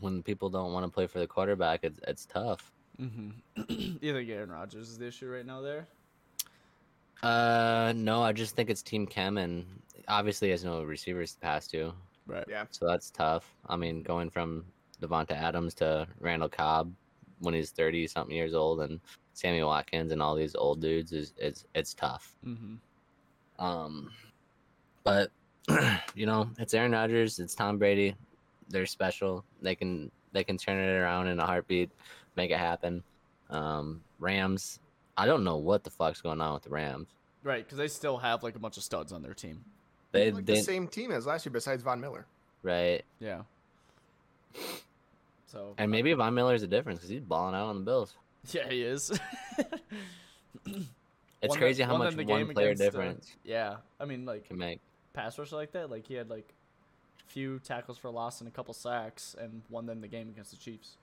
[SPEAKER 5] when people don't want to play for the quarterback, it's it's tough.
[SPEAKER 3] Mm-hmm. you think Aaron Rodgers is the issue right now there?
[SPEAKER 5] Uh, no, I just think it's Team Chem, and obviously has no receivers to pass to,
[SPEAKER 3] Right.
[SPEAKER 4] Yeah.
[SPEAKER 5] so that's tough. I mean, going from Devonta Adams to Randall Cobb when he's thirty something years old, and Sammy Watkins and all these old dudes is it's it's tough.
[SPEAKER 3] Mm-hmm.
[SPEAKER 5] Um, but [CLEARS THROAT] you know, it's Aaron Rodgers, it's Tom Brady. They're special. They can they can turn it around in a heartbeat, make it happen. Um, Rams. I don't know what the fuck's going on with the Rams.
[SPEAKER 3] Right, because they still have like a bunch of studs on their team.
[SPEAKER 5] They
[SPEAKER 4] like
[SPEAKER 5] they
[SPEAKER 4] the same team as last year, besides Von Miller.
[SPEAKER 5] right,
[SPEAKER 3] Yeah. So
[SPEAKER 5] and maybe Von Miller's a difference because he's balling out on the Bills.
[SPEAKER 3] [LAUGHS] yeah, he is. [LAUGHS]
[SPEAKER 5] It's
[SPEAKER 3] Won the-
[SPEAKER 5] crazy how
[SPEAKER 3] won them
[SPEAKER 5] much
[SPEAKER 3] the
[SPEAKER 5] one
[SPEAKER 3] game
[SPEAKER 5] player
[SPEAKER 3] against, uh,
[SPEAKER 5] difference
[SPEAKER 3] yeah, I mean like
[SPEAKER 5] can make.
[SPEAKER 3] pass rush like that. Like he had like few tackles for loss and a couple sacks, and won them the game against the Chiefs.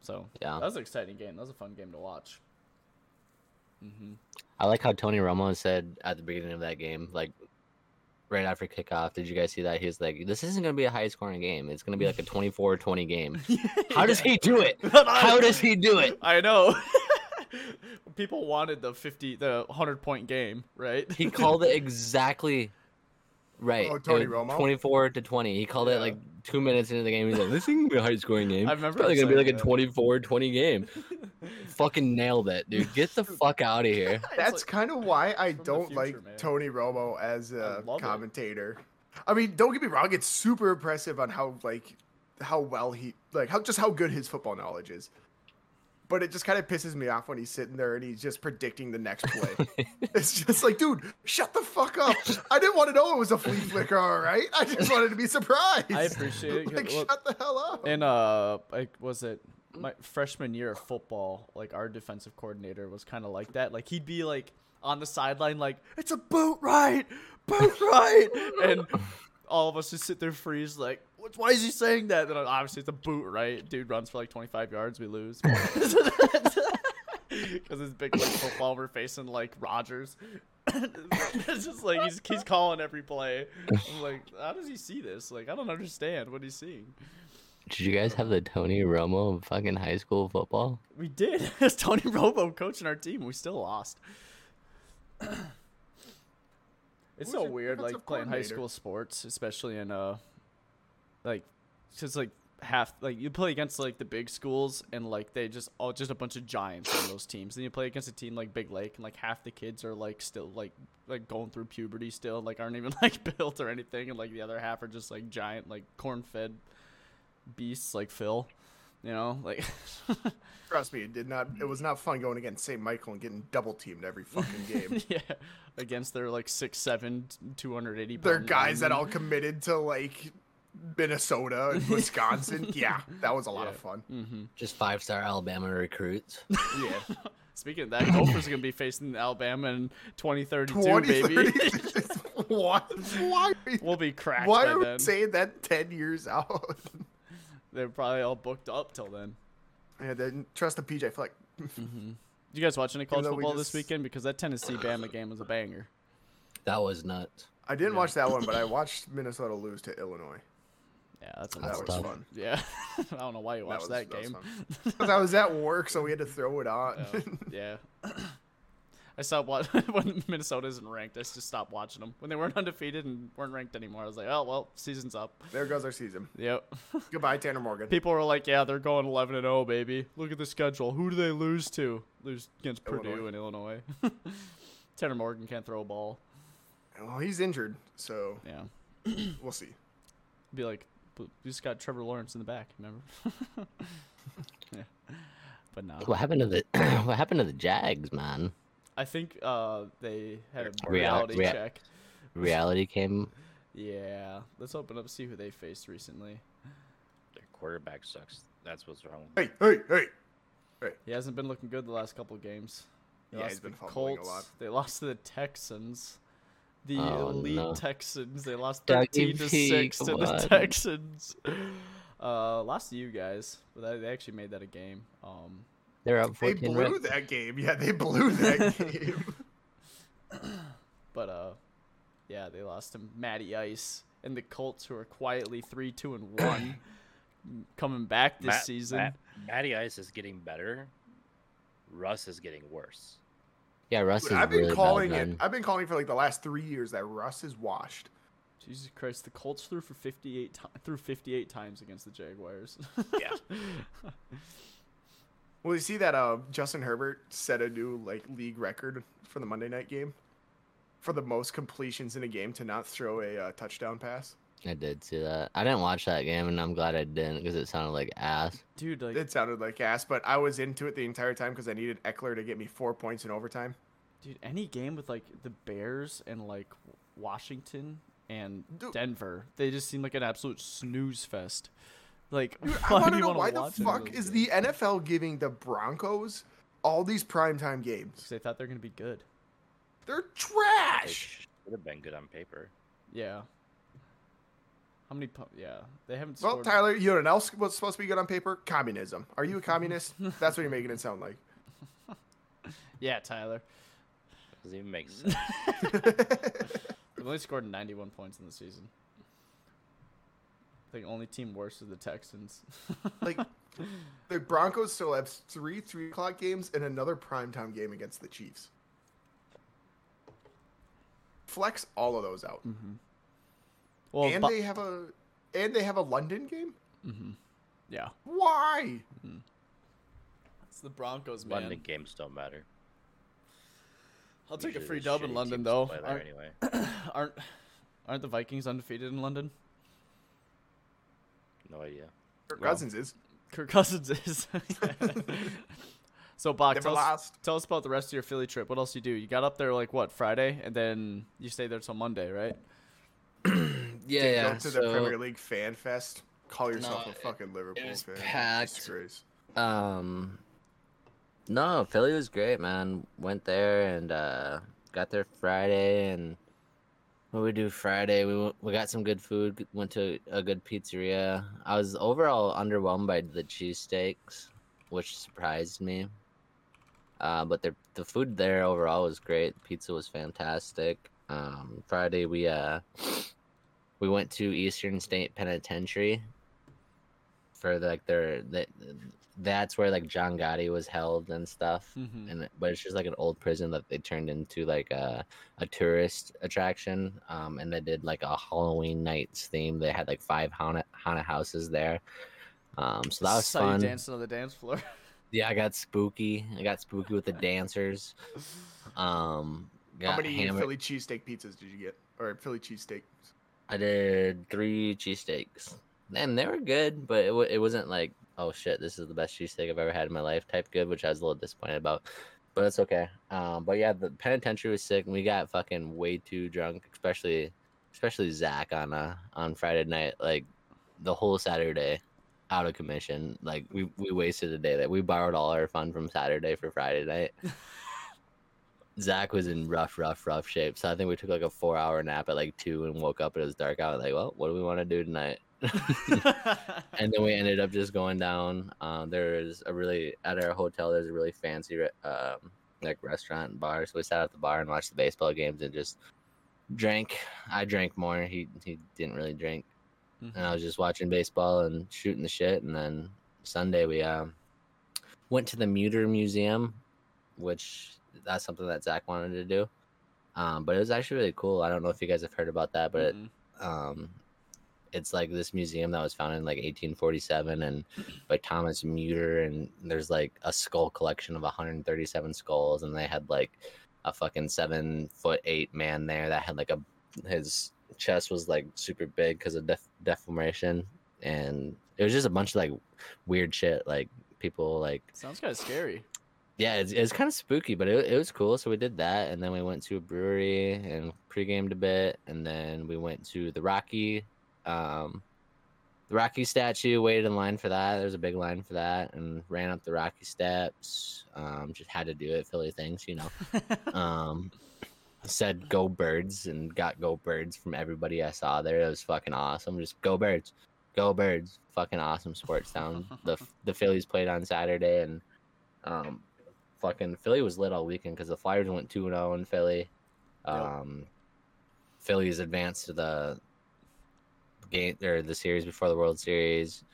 [SPEAKER 3] So
[SPEAKER 5] Yeah.
[SPEAKER 3] that was an exciting game. That was a fun game to watch. Mm-hmm.
[SPEAKER 5] [LAUGHS] I like how Tony Romo said at the beginning of that game, like right after kickoff, did you guys see that? He was like, This isn't gonna be a high scoring game. It's gonna be like a 24
[SPEAKER 3] [LAUGHS]
[SPEAKER 5] 20 game. How does he do it? How does he do it?
[SPEAKER 3] I know. [LAUGHS] People wanted the fifty, the hundred point game, right? [LAUGHS]
[SPEAKER 5] He called it exactly right.
[SPEAKER 4] Oh,
[SPEAKER 5] It
[SPEAKER 4] Tony
[SPEAKER 5] was
[SPEAKER 4] Romo?
[SPEAKER 5] 24 to 20. He called
[SPEAKER 3] Yeah.
[SPEAKER 5] it like two minutes into the game. He's like, This isn't gonna be a high scoring
[SPEAKER 3] [LAUGHS]
[SPEAKER 5] game.
[SPEAKER 3] I remember
[SPEAKER 5] it's probably
[SPEAKER 3] him
[SPEAKER 5] gonna be
[SPEAKER 3] saying
[SPEAKER 5] like a
[SPEAKER 3] that.
[SPEAKER 5] 24
[SPEAKER 3] [LAUGHS]
[SPEAKER 5] 20 game. Fucking nailed it, dude. Get the fuck out of
[SPEAKER 3] [LAUGHS]
[SPEAKER 5] here.
[SPEAKER 4] That's kind of why I
[SPEAKER 3] the
[SPEAKER 4] don't
[SPEAKER 3] future,
[SPEAKER 4] like
[SPEAKER 3] man.
[SPEAKER 4] Tony Romo as a
[SPEAKER 3] love it.
[SPEAKER 4] commentator. I mean, don't get me wrong; it's super impressive on how like how well he like how just how good his football knowledge is. But it just kind of pisses me off when he's sitting there and he's just predicting the next play.
[SPEAKER 3] [LAUGHS]
[SPEAKER 4] it's just like, dude, shut the fuck up! I didn't want to know it was a flea flicker, all right? I just wanted to be surprised.
[SPEAKER 3] I appreciate it. 'cause-
[SPEAKER 4] [LAUGHS] like,
[SPEAKER 3] well,
[SPEAKER 4] shut the hell
[SPEAKER 3] [LAUGHS]
[SPEAKER 4] up!
[SPEAKER 3] in uh like was it my freshman year of football like our defensive coordinator was kind of like that like he'd be like on the sideline like it's a boot right boot right and all of us just sit there freeze like "What- why is he saying that then obviously it's a boot right dude runs for like 25 yards we lose [LAUGHS] because it's big league football we're facing like rogers [LAUGHS] it's just like he's, he's calling every play i'm like how does he see this like i don't understand what he's seeing
[SPEAKER 5] Did you guys have the Tony Romo of fucking high school football?
[SPEAKER 3] We did. [LAUGHS] It's Tony Robo coaching our team. We still
[SPEAKER 4] [COUGHS]
[SPEAKER 3] lost. it's
[SPEAKER 4] Who's
[SPEAKER 3] so
[SPEAKER 4] your
[SPEAKER 3] weird, like
[SPEAKER 4] defensive
[SPEAKER 3] playing high
[SPEAKER 4] coordinator?
[SPEAKER 3] school sports, especially in uh, like, just like half like you play against like the big schools and like they just all just a bunch of giants on those teams. Then you play against a team like Big Lake and like half the kids are like still like like going through puberty still, like aren't even [LAUGHS] like built or anything, and like the other half are just like giant like corn fed beasts like Phil. You know, like [LAUGHS]
[SPEAKER 4] Trust me, it did not. It was not fun going against St. Michael and getting double teamed every fucking game.
[SPEAKER 3] [LAUGHS] yeah, against their like six seven, two hundred eighty.
[SPEAKER 4] They're guys that all committed to like Minnesota
[SPEAKER 3] [LAUGHS]
[SPEAKER 4] and Wisconsin. yeah, that was a lot of fun.
[SPEAKER 3] Mm.
[SPEAKER 5] Just five star Alabama
[SPEAKER 4] [LAUGHS]
[SPEAKER 5] recruits.
[SPEAKER 4] Yeah,
[SPEAKER 3] [LAUGHS] Speaking of that, Gopher's gonna be facing Alabama in twenty thirty two,
[SPEAKER 4] 20,
[SPEAKER 3] baby.
[SPEAKER 4] 30 [LAUGHS] what? Why? Are you,
[SPEAKER 3] [LAUGHS] we'll be cracked
[SPEAKER 4] why
[SPEAKER 3] by
[SPEAKER 4] are
[SPEAKER 3] then.
[SPEAKER 4] we saying that ten years out? [LAUGHS]
[SPEAKER 3] They're probably all booked up till then.
[SPEAKER 4] and then trust the PJ Fleck.
[SPEAKER 3] Did you guys watch any college
[SPEAKER 4] though we
[SPEAKER 3] football this
[SPEAKER 4] just-
[SPEAKER 3] weekend? Because that Tennessee Bama game was a banger.
[SPEAKER 5] That was nuts.
[SPEAKER 3] [LAUGHS]
[SPEAKER 4] I didn't watch that one, but I watched Minnesota lose to Illinois.
[SPEAKER 3] Yeah, that's
[SPEAKER 5] That's
[SPEAKER 3] another
[SPEAKER 4] that was
[SPEAKER 5] tough.
[SPEAKER 4] fun.
[SPEAKER 3] Yeah, [LAUGHS] I don't know why you watched
[SPEAKER 4] was-
[SPEAKER 3] that,
[SPEAKER 4] that was
[SPEAKER 3] game. [LAUGHS]
[SPEAKER 4] Because I was at work, so we had to throw it on.
[SPEAKER 3] Oh, [LAUGHS] yeah. [COUGHS] I stopped watching [LAUGHS] when Minnesota isn't ranked. I just stopped watching them when they weren't [LAUGHS] undefeated and weren't ranked anymore. I was like, oh well, season's up.
[SPEAKER 4] [LAUGHS] there goes our season.
[SPEAKER 3] Yep.
[SPEAKER 4] Goodbye, Tanner Morgan.
[SPEAKER 3] People were like, yeah, they're going 11 and 0, baby. Look at the schedule. Who do they lose to? Lose against Purdue
[SPEAKER 4] Illinois.
[SPEAKER 3] and Illinois. [LAUGHS] Tanner Morgan can't throw a ball.
[SPEAKER 4] Well, he's injured, so
[SPEAKER 3] Yeah.
[SPEAKER 4] we'll see.
[SPEAKER 3] Be like, "But we just got Trevor Lawrence in the back. Remember? [LAUGHS] yeah. But no,
[SPEAKER 5] What happened to the [CLEARS THROAT] What happened to the Jags, man?
[SPEAKER 3] I think uh, they had a
[SPEAKER 5] Real-
[SPEAKER 3] reality
[SPEAKER 5] rea-
[SPEAKER 3] check.
[SPEAKER 5] Reality came.
[SPEAKER 3] Yeah, let's open up and see who they faced recently.
[SPEAKER 2] Their quarterback sucks. That's what's wrong. with
[SPEAKER 4] Hey, hey, hey.
[SPEAKER 3] He hasn't been looking good the last couple games. They
[SPEAKER 4] Yeah,
[SPEAKER 3] lost
[SPEAKER 4] he's
[SPEAKER 3] to the
[SPEAKER 4] been fumbling a lot.
[SPEAKER 3] They lost to the Texans. The
[SPEAKER 5] Oh,
[SPEAKER 3] elite
[SPEAKER 5] no.
[SPEAKER 3] Texans. They lost 13
[SPEAKER 5] Dougie
[SPEAKER 3] to 6 to the
[SPEAKER 5] P1.
[SPEAKER 3] Texans. Uh, lost to you guys, but they- they actually made that a game. Um,
[SPEAKER 5] They're up
[SPEAKER 4] They
[SPEAKER 5] fourteen.
[SPEAKER 4] blew
[SPEAKER 5] right?
[SPEAKER 4] that game. Yeah, they blew
[SPEAKER 3] [LAUGHS]
[SPEAKER 4] that game.
[SPEAKER 3] but uh, yeah, they lost to Matty Ice and the Colts, who are quietly three, two,
[SPEAKER 5] [COUGHS]
[SPEAKER 3] and one, coming back this
[SPEAKER 2] Matt-
[SPEAKER 3] season.
[SPEAKER 2] Matt- Matty Ice is getting better. Russ is getting worse.
[SPEAKER 5] Yeah, Russ
[SPEAKER 4] Dude,
[SPEAKER 5] is
[SPEAKER 4] I've been
[SPEAKER 5] really
[SPEAKER 4] calling
[SPEAKER 5] bad,
[SPEAKER 4] it.
[SPEAKER 5] man.
[SPEAKER 4] I've been calling for like the last three years that Russ is washed.
[SPEAKER 3] Jesus Christ, the Colts threw for 58 ti- threw 58 times against the Jaguars.
[SPEAKER 2] Yeah.
[SPEAKER 4] Well, you see that uh, Justin Herbert set a new like league record for the Monday night game for the most completions in a game to not throw a uh, touchdown pass.
[SPEAKER 5] I did see that. I didn't watch that game, and I'm glad I didn't because it sounded like ass.
[SPEAKER 3] [LAUGHS] Dude, like
[SPEAKER 4] It sounded like ass, but I was into it the entire time because I needed Eckler to get me four points in overtime.
[SPEAKER 3] dude, any game with like the Bears and like Washington and
[SPEAKER 4] Dude.
[SPEAKER 3] Denver, they just seem like an absolute snooze fest. Like [LAUGHS]
[SPEAKER 4] I want
[SPEAKER 3] do
[SPEAKER 4] to
[SPEAKER 3] you
[SPEAKER 4] know
[SPEAKER 3] wanna
[SPEAKER 4] why the
[SPEAKER 3] watch any of
[SPEAKER 4] fuck
[SPEAKER 3] those
[SPEAKER 4] is
[SPEAKER 3] games?
[SPEAKER 4] the NFL giving the Broncos all these primetime
[SPEAKER 3] 'Cause
[SPEAKER 4] games?
[SPEAKER 3] they thought they're going to be good.
[SPEAKER 4] They're
[SPEAKER 2] They
[SPEAKER 4] trash.
[SPEAKER 2] should have been good on paper.
[SPEAKER 3] Yeah. How many pu- yeah, they haven't
[SPEAKER 4] Well,
[SPEAKER 3] scored
[SPEAKER 4] Tyler, you know what else was supposed to be good on paper? Communism. Are you
[SPEAKER 5] [LAUGHS]
[SPEAKER 4] a communist? That's what you're making it sound like.
[SPEAKER 3] Yeah, Tyler.
[SPEAKER 2] Doesn't even make sense.
[SPEAKER 3] They've only scored 91 points in the season. The only team worse is the Texans. [LAUGHS]
[SPEAKER 5] [LAUGHS]
[SPEAKER 4] Like, the Broncos still have three three o'clock games and another primetime game against the Chiefs. Flex all of those out,
[SPEAKER 5] Mm-hmm.
[SPEAKER 3] well,
[SPEAKER 4] and
[SPEAKER 3] Bo-
[SPEAKER 4] they have a and they have a London game.
[SPEAKER 3] yeah.
[SPEAKER 4] Why?
[SPEAKER 3] It's the Broncos, man.
[SPEAKER 2] London games don't matter.
[SPEAKER 3] I'll take a
[SPEAKER 2] Usually
[SPEAKER 3] free
[SPEAKER 2] the
[SPEAKER 3] dub
[SPEAKER 2] shitty
[SPEAKER 3] in London
[SPEAKER 2] teams
[SPEAKER 3] though.
[SPEAKER 2] play there
[SPEAKER 3] Aren't,
[SPEAKER 2] anyway.
[SPEAKER 3] aren't aren't the Vikings undefeated in London?
[SPEAKER 2] No idea.
[SPEAKER 4] Kirk
[SPEAKER 3] Well,
[SPEAKER 4] Cousins is
[SPEAKER 3] Kirk Cousins is. [LAUGHS] so, Bach,
[SPEAKER 4] Never
[SPEAKER 3] tell us,
[SPEAKER 4] lost.
[SPEAKER 3] tell us about the rest of your Philly trip. What else you do? You got up there like what Friday, and then you stayed there till Monday, right?
[SPEAKER 5] Yeah,
[SPEAKER 4] go to the Premier League Fan Fest. Call yourself
[SPEAKER 5] No,
[SPEAKER 4] a fucking Liverpool
[SPEAKER 5] was
[SPEAKER 4] fan.
[SPEAKER 5] packed.
[SPEAKER 4] Disgrace.
[SPEAKER 5] [LAUGHS] Um, no, Philly was great, man. Went there and uh, got there Friday, and what we do Friday, we went, we got some good food. g- Went to a good pizzeria. I was overall underwhelmed by the cheesesteaks, which surprised me. Uh, but the the food there overall was great. Pizza was fantastic. Um, Friday we uh [SNIFFS] we went to Eastern State Penitentiary for like their that that's where like John Gotti was held and stuff.
[SPEAKER 3] Mm-hmm.
[SPEAKER 5] And it- but it's just like an old prison that they turned into like a a tourist attraction. Um, and they did like a Halloween nights theme. They had like five haunted, haunted houses there. Um, so that was
[SPEAKER 3] Saw
[SPEAKER 5] fun.
[SPEAKER 3] you dancing on the dance floor.
[SPEAKER 5] Yeah, I got spooky. I got
[SPEAKER 3] [LAUGHS]
[SPEAKER 5] spooky with the dancers. Um, got
[SPEAKER 4] How many
[SPEAKER 5] hammered.
[SPEAKER 4] Philly cheesesteak pizzas did you get? Or Philly cheesesteak?
[SPEAKER 5] I did three cheesesteaks, and they were good, but it, w- it wasn't like, oh shit, this is the best cheesesteak I've ever had in my life type good, which I was a little disappointed about. But it's okay. Um, but yeah, the penitentiary was sick, and we got fucking way too drunk, especially, especially Zach on uh on Friday night, like the whole Saturday, out of commission. Like we we wasted a day that we borrowed all our fun from Saturday for Friday night. Zach was in rough, rough, rough shape. So I think we took like a four hour nap at like two and woke up and it was dark out. Like, well, what do we want to do tonight? [LAUGHS] [LAUGHS] and then we ended up just going down. Um, there's a really at our hotel. There's a really fancy re- um, like restaurant and bar. So we sat at the bar and watched the baseball games and just drank. I drank more. He he didn't really drink. and I was just watching baseball and shooting the shit. And then Sunday we um, went to the Muter Museum, which that's something that Zach wanted to do. Um, but it was actually really cool. I don't know if you guys have heard about that, but it,
[SPEAKER 3] Mhm.
[SPEAKER 5] um, it's like this museum that was founded in like 1847 and by Thomas Muter, and there's like a skull collection of 137 skulls, and they had like a fucking seven foot eight man there that had like a his chest was like super big because of def- deformation, and it was just a bunch of like weird shit, like people like
[SPEAKER 3] sounds kind of scary.
[SPEAKER 5] yeah, it's, it's kind of spooky, but it, it was cool. So we did that, and then we went to a brewery and pre-gamed a bit, and then we went to the Rocky, um, the Rocky statue. Waited in line for that. There was a big line for that, and ran up the Rocky steps. Um, just had to do it, Philly things, you know. Um, said go birds and got go birds from everybody I saw there. It was fucking awesome. Just go birds, go birds. Fucking awesome sports town. the the Phillies played on Saturday, and um, fucking Philly was lit all weekend because the Flyers went 2 0 in Philly.
[SPEAKER 3] Yep.
[SPEAKER 5] Um, Phillies advanced to the game or the series before the World Series.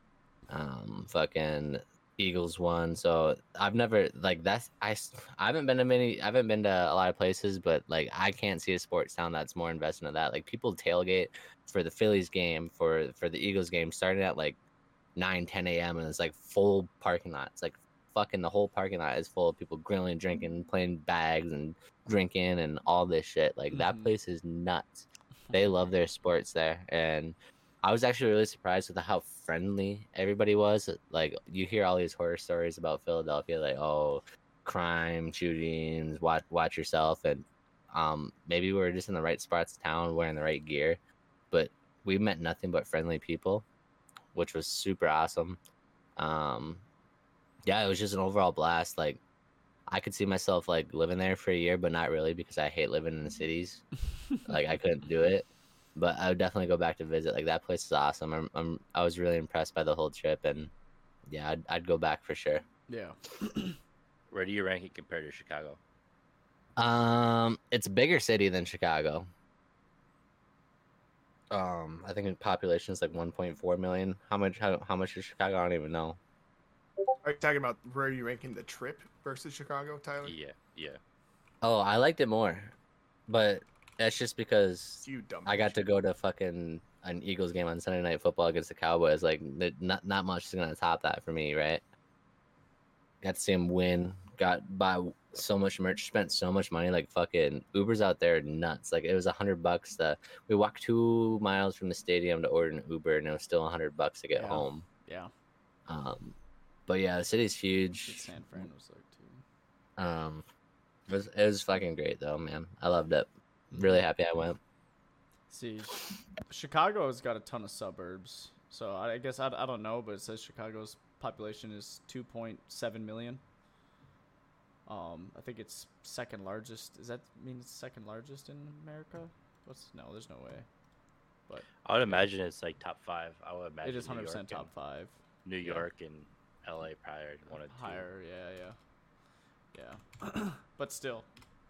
[SPEAKER 5] Um, fucking Eagles won. So I've never like that's I, s- I haven't been to many I haven't been to a lot of places, but like I can't see a sports town that's more invested in that. Like people tailgate for the Phillies game for for the Eagles game starting at like 9 10 a.m. and it's like full parking lot. It's like fucking the whole parking lot is full of people grilling, drinking, playing bags and drinking and all this shit. Like that
[SPEAKER 3] Mhm.
[SPEAKER 5] place is nuts. They love their sports there and I was actually really surprised with how friendly everybody was. Like you hear all these horror stories about Philadelphia, like oh, crime, shootings, watch watch yourself, and um, maybe we were just in the right spots of town, wearing the right gear, but we met nothing but friendly people, which was super awesome. Um, yeah, it was just an overall blast. Like I could see myself like living there for a year, but not really because I hate living in the cities. like I couldn't do it but I would definitely go back to visit. Like that place is awesome. I'm, I'm I was really impressed by the whole trip, and yeah, I'd, I'd go back for sure.
[SPEAKER 3] Yeah.
[SPEAKER 2] Where do you rank it compared to Chicago?
[SPEAKER 5] Um, it's a bigger city than Chicago. Um, I think the population is like 1.4 million. How much? How, how much is Chicago? I don't even know.
[SPEAKER 4] Are you talking about where are you ranking the trip versus Chicago, Tyler?
[SPEAKER 2] Yeah, yeah.
[SPEAKER 5] Oh, I liked it more, but that's just because
[SPEAKER 4] You dumb.
[SPEAKER 5] I got to go to fucking an Eagles game on Sunday Night Football against the Cowboys. Like, th- not not much is gonna top that for me, right? Got to see him win. Got buy so much merch. Spent so much money. Like fucking Ubers out there are nuts. Like it was a hundred bucks. To, we walked two miles from the stadium to order an Uber, and it was still a hundred bucks to get
[SPEAKER 3] Yeah.
[SPEAKER 5] home.
[SPEAKER 3] Yeah.
[SPEAKER 5] Um, but yeah, the city's
[SPEAKER 3] That's what
[SPEAKER 5] huge.
[SPEAKER 3] San Fran was like too.
[SPEAKER 5] Um, it was, it was fucking great though, man. I loved it. Really happy I went.
[SPEAKER 3] See, Chicago's got a ton of suburbs, so I I guess I, I don't know, but it says Chicago's population is 2.7 million. Um, I think it's second largest. Does that mean it's second largest in America? What's no? There's no way.
[SPEAKER 2] I would imagine it's like top five. I would imagine
[SPEAKER 3] it is
[SPEAKER 2] New York
[SPEAKER 3] 100 percent top
[SPEAKER 2] and-
[SPEAKER 3] five.
[SPEAKER 2] New
[SPEAKER 3] yeah.
[SPEAKER 2] York and L.A. prior to one or two.
[SPEAKER 3] Higher, yeah, yeah, yeah. [COUGHS] but still,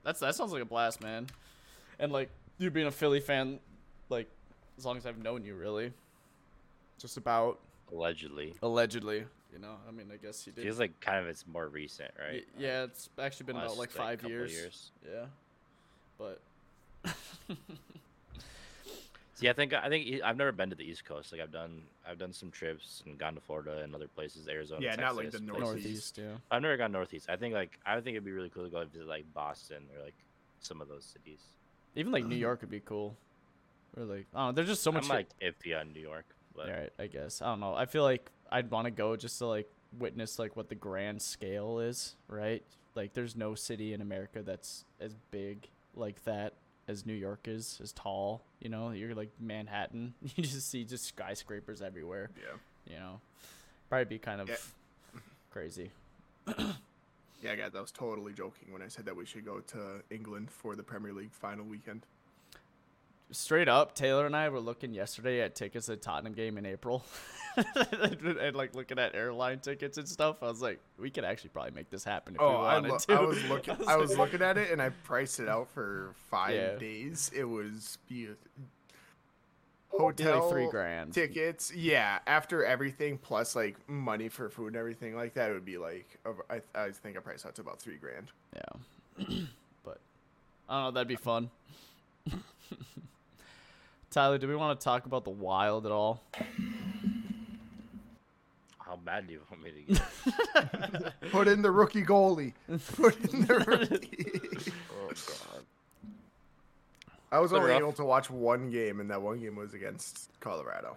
[SPEAKER 3] that's that sounds like a blast, man. And like you being a Philly fan, like as long as I've known you, really, just about
[SPEAKER 2] allegedly.
[SPEAKER 3] allegedly. You know, I mean, I guess he did.
[SPEAKER 2] Feels like kind of it's more recent,
[SPEAKER 3] Y-
[SPEAKER 2] right?
[SPEAKER 3] Yeah, it's actually been about
[SPEAKER 2] Last,
[SPEAKER 3] like five
[SPEAKER 2] couple
[SPEAKER 3] years.
[SPEAKER 2] years.
[SPEAKER 3] Yeah, but
[SPEAKER 2] See, I think I think e- I've never been to the East Coast. Like I've done I've done some trips and gone to Florida and other places, Arizona.
[SPEAKER 4] Yeah, not like
[SPEAKER 2] Texas,
[SPEAKER 4] the
[SPEAKER 2] places.
[SPEAKER 4] Northeast.
[SPEAKER 3] yeah.
[SPEAKER 2] I've never gone northeast. I think like I think it'd be really cool to go visit like Boston or like some of those cities. [CLEARS THROAT]
[SPEAKER 3] Even like New York would be cool. Or like, I don't know. There's just so much.
[SPEAKER 2] I'm
[SPEAKER 3] shit-
[SPEAKER 2] like iffy on New York, but
[SPEAKER 3] All right, I guess. I don't know. I feel like I'd want to go just to like witness like what the grand scale is, right? Like there's no city in America that's as big like that as New York is, as tall, you know? You're like Manhattan. [LAUGHS] You just see just skyscrapers everywhere,
[SPEAKER 4] Yeah.
[SPEAKER 3] you know. Probably be kind of
[SPEAKER 4] Yeah.
[SPEAKER 3] crazy.
[SPEAKER 4] Yeah, guys, I was totally joking when I said that we should go to England for the Premier League final weekend.
[SPEAKER 3] Straight up, Taylor and I were looking yesterday at tickets to the Tottenham game in April, [LAUGHS] and, and, like looking at airline tickets and stuff. I was like, we could actually probably make this happen if we
[SPEAKER 4] Oh, I,
[SPEAKER 3] wanted
[SPEAKER 4] lo-
[SPEAKER 3] to.
[SPEAKER 4] I was
[SPEAKER 3] [LAUGHS]
[SPEAKER 4] looking. I was
[SPEAKER 3] like-
[SPEAKER 4] looking at it, and I priced it out for five
[SPEAKER 3] Yeah.
[SPEAKER 4] days. It was be-
[SPEAKER 3] It'd be
[SPEAKER 4] hotel
[SPEAKER 3] like three grand.
[SPEAKER 4] tickets. Yeah, after everything plus like money for food and everything like that, it would be like over- I, I think I priced out to about three grand.
[SPEAKER 3] Yeah. [COUGHS] but I don't know, that'd be fun. [LAUGHS] Tyler, do we want to talk about the wild at all?
[SPEAKER 2] How bad do you want
[SPEAKER 3] [LAUGHS]
[SPEAKER 2] me to get?
[SPEAKER 4] Put in the rookie goalie. Put in the rookie.
[SPEAKER 2] oh god.
[SPEAKER 4] I was only
[SPEAKER 2] rough.
[SPEAKER 4] able to watch one game, and that one game was against
[SPEAKER 3] I
[SPEAKER 4] Colorado.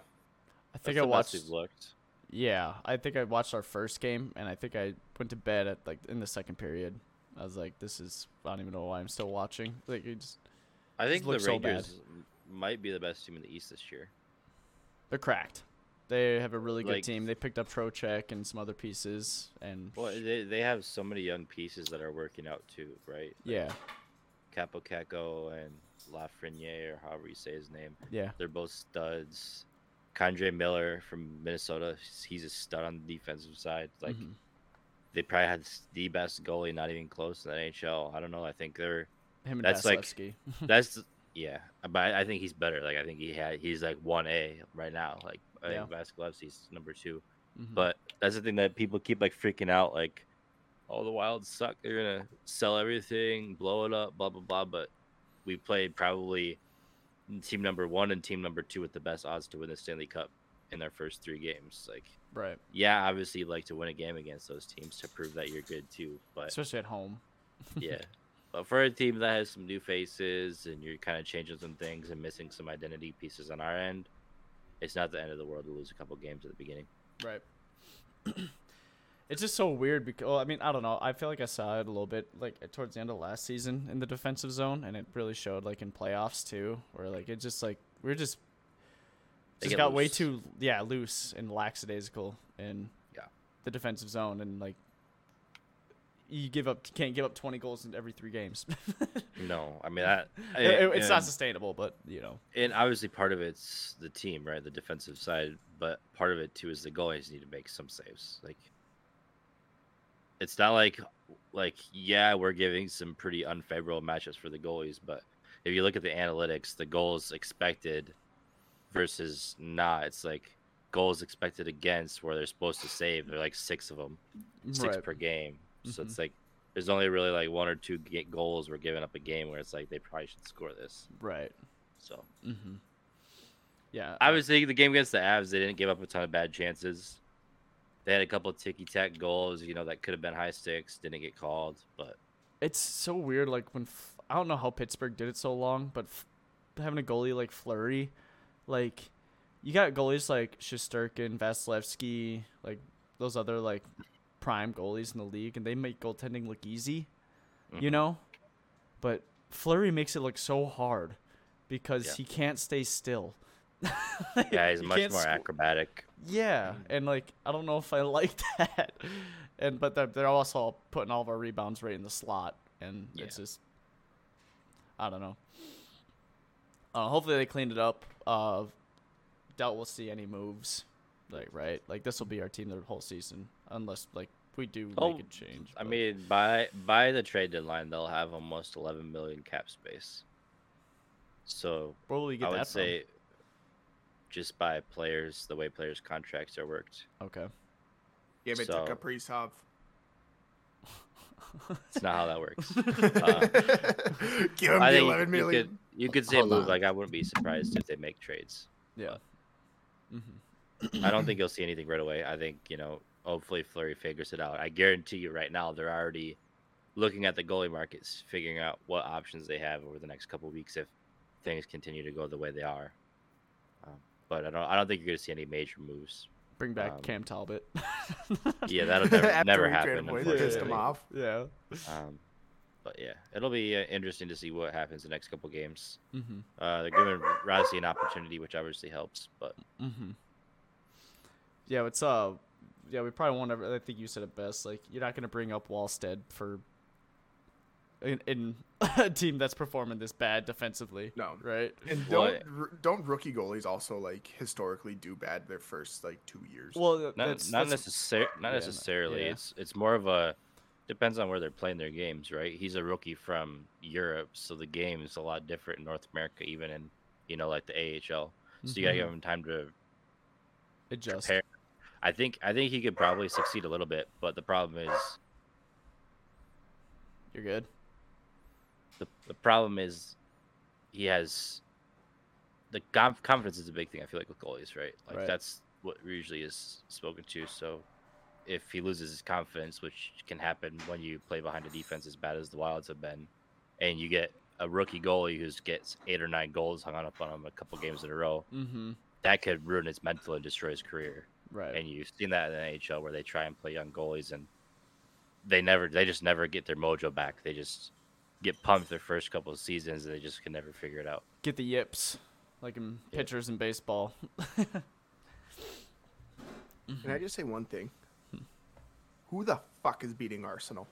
[SPEAKER 2] That's
[SPEAKER 3] think
[SPEAKER 2] the
[SPEAKER 3] I
[SPEAKER 2] best
[SPEAKER 3] watched
[SPEAKER 2] we've looked.
[SPEAKER 3] Yeah, I think I watched our first game and I think I went to bed at like in the second period. I was like this is I don't even know why I'm still watching. Like you just
[SPEAKER 2] I think the
[SPEAKER 3] look so bad.
[SPEAKER 2] Rangers m- might be the best team in the East this year.
[SPEAKER 3] they're cracked. They have a really good
[SPEAKER 2] Like-
[SPEAKER 3] team. They picked up Trocheck and some other pieces and
[SPEAKER 2] Well, they, they have so many young pieces that are working out too, right?
[SPEAKER 3] yeah,
[SPEAKER 2] Capo and Lafreniere, or however you say his name.
[SPEAKER 3] yeah.
[SPEAKER 2] They're both studs. Condre Miller from Minnesota, s- he's a stud on the defensive side. Like
[SPEAKER 3] mhm.
[SPEAKER 2] they probably had s- the best goalie, not even close in the NHL. I don't know. I think they're
[SPEAKER 3] him and
[SPEAKER 2] that's like-
[SPEAKER 3] Vasilevsky.
[SPEAKER 2] [LAUGHS] that's yeah, but I, I think he's better. Like I think he had he's like one A right now. Like I think Vasilevsky's number two.
[SPEAKER 3] Mhm.
[SPEAKER 2] But that's the thing that people keep like freaking out, like, oh, the Wild suck. They're gonna sell everything, blow it up, blah blah blah. But we played probably team number one and team number two with the best odds to win the Stanley Cup in their first three games. Like,
[SPEAKER 3] right.
[SPEAKER 2] yeah, obviously you'd like to win a game against those teams to prove that you're good too. But
[SPEAKER 3] Especially at home. [LAUGHS]
[SPEAKER 2] yeah. But for a team that has some new faces and you're kind of changing some things and missing some identity pieces on our end, it's not the end of the world to lose a couple games at the beginning.
[SPEAKER 3] Right. [CLEARS THROAT] it's just so weird because well, I mean I don't know I feel like I saw it a little bit like towards the end of last season in the defensive zone and it really showed like in playoffs too where like it just like we are just
[SPEAKER 2] They
[SPEAKER 3] just
[SPEAKER 2] get
[SPEAKER 3] got way
[SPEAKER 2] loose.
[SPEAKER 3] too yeah loose and lackadaisical in
[SPEAKER 2] Yeah.
[SPEAKER 3] the defensive zone and like you give up can't give up 20 goals in every three games [LAUGHS]
[SPEAKER 2] No, I mean that.
[SPEAKER 3] It- it- it's not
[SPEAKER 2] and-
[SPEAKER 3] sustainable but you know
[SPEAKER 2] and obviously part of it's the team, right? The defensive side, but part of it too is the goalies need to make some saves. Like it's not like like yeah, we're giving some pretty unfavorable matchups for the goalies, but if you look at the analytics, the goals expected versus not, it's like goals expected against where they're supposed to save, they're like six of them, six
[SPEAKER 3] Right.
[SPEAKER 2] per game. So it's like there's only really like one or two ga- goals we're giving up a game where it's like they probably should score this.
[SPEAKER 3] right
[SPEAKER 2] So
[SPEAKER 3] mm-hmm. yeah I
[SPEAKER 2] obviously the game against the Avs, they didn't give up a ton of bad chances. They had a couple of ticky tack goals, you know, that could have been high sticks, didn't get called, but
[SPEAKER 3] It's so weird, like when F- I don't know how Pittsburgh did it so long, but F- having a goalie like Flurry, like you got goalies like Shosturkin, Vasilevsky, like those other like prime goalies in the league, and they make goaltending look easy,
[SPEAKER 2] Mm-hmm.
[SPEAKER 3] you know. But Flurry makes it look so hard because
[SPEAKER 2] Yeah.
[SPEAKER 3] he can't stay still. [LAUGHS]
[SPEAKER 2] yeah, he's
[SPEAKER 3] You
[SPEAKER 2] much more
[SPEAKER 3] can't squ-
[SPEAKER 2] acrobatic. Mm-hmm.
[SPEAKER 3] Yeah, and like I don't know if I [LAUGHS] like that, and but they're, they're also putting all of our rebounds right in the slot, and it's
[SPEAKER 2] Yeah.
[SPEAKER 3] just I don't know. Uh, hopefully they cleaned it up. Uh, doubt we'll see any moves, like right, like this will be our team the whole season unless like we do
[SPEAKER 2] Oh,
[SPEAKER 3] make a change.
[SPEAKER 2] I
[SPEAKER 3] but-
[SPEAKER 2] mean, by by the trade deadline, they'll have almost 11 million cap space. So
[SPEAKER 3] where will we get
[SPEAKER 2] I
[SPEAKER 3] that
[SPEAKER 2] would
[SPEAKER 3] from?
[SPEAKER 2] say just by players, the way players' contracts are worked,
[SPEAKER 3] Okay,
[SPEAKER 4] Give it
[SPEAKER 2] So-
[SPEAKER 4] to [LAUGHS] Kaprizov.
[SPEAKER 2] it's not how that works. Uh,
[SPEAKER 4] Give him
[SPEAKER 2] I
[SPEAKER 4] the
[SPEAKER 2] think
[SPEAKER 4] eleven
[SPEAKER 2] you
[SPEAKER 4] million.
[SPEAKER 2] could you could say
[SPEAKER 5] Hold
[SPEAKER 2] move
[SPEAKER 5] on.
[SPEAKER 2] like I wouldn't be surprised if they make trades.
[SPEAKER 3] yeah, Mm-hmm.
[SPEAKER 2] I don't think you'll see anything right away. I think you know, hopefully Flurry figures it out. I guarantee you, right now they're already looking at the goalie markets, figuring out what options they have over the next couple weeks if things continue to go the way they are. Um, but I don't, I don't think you're going to see any major moves.
[SPEAKER 3] bring back
[SPEAKER 2] Um,
[SPEAKER 3] Cam Talbot.
[SPEAKER 2] Yeah, that'll never,
[SPEAKER 4] After
[SPEAKER 2] never
[SPEAKER 4] we traded
[SPEAKER 2] happen.
[SPEAKER 4] away, it pissed
[SPEAKER 2] unfortunately.
[SPEAKER 4] him off.
[SPEAKER 3] yeah.
[SPEAKER 2] Um, but yeah, it'll be uh, interesting to see what happens the next couple games.
[SPEAKER 3] Mm-hmm.
[SPEAKER 2] Uh, they're giving Rossi an opportunity, which obviously helps. But
[SPEAKER 3] Mm-hmm. Yeah, it's uh, yeah, we probably won't ever. I think you said it best. Like, you're not gonna bring up Wallstead for in, in [LAUGHS] a team that's performing this bad defensively.
[SPEAKER 4] No.
[SPEAKER 3] right?
[SPEAKER 4] And
[SPEAKER 2] Well,
[SPEAKER 4] don't r- don't rookie goalies also like historically do bad their first like two years?
[SPEAKER 3] Well,
[SPEAKER 2] not
[SPEAKER 3] that's,
[SPEAKER 2] not,
[SPEAKER 3] that's-
[SPEAKER 2] necessar- not
[SPEAKER 3] yeah, no-
[SPEAKER 2] necessarily.
[SPEAKER 3] yeah.
[SPEAKER 2] It's it's more of a depends on where they're playing their games, right? He's a rookie from Europe, so the game is a lot different in North America, even in you know like the AHL. So you gotta
[SPEAKER 3] Mm-hmm.
[SPEAKER 2] give him time to
[SPEAKER 3] Adjust.
[SPEAKER 2] prepare. I think I think he could probably succeed a little bit, but the problem is
[SPEAKER 3] You're good.
[SPEAKER 2] the, the problem is he has the conf- confidence is a big thing. I feel like with goalies, right? Like
[SPEAKER 3] Right.
[SPEAKER 2] that's what usually is spoken to. So if he loses his confidence, which can happen when you play behind a defense as bad as the Wilds have been, and you get a rookie goalie who gets eight or nine goals hung up on him a couple games in a row,
[SPEAKER 3] Mm-hmm.
[SPEAKER 2] that could ruin his mental and destroy his career.
[SPEAKER 3] Right.
[SPEAKER 2] And you've seen that in the NHL where they try and play young goalies and they never they just never get their mojo back. They just get pumped their first couple of seasons and they just can never figure it out.
[SPEAKER 3] Get the yips, like in pitchers in baseball. [LAUGHS]
[SPEAKER 4] Can I just say one thing?
[SPEAKER 2] hmm.
[SPEAKER 4] Who the fuck is beating Arsenal?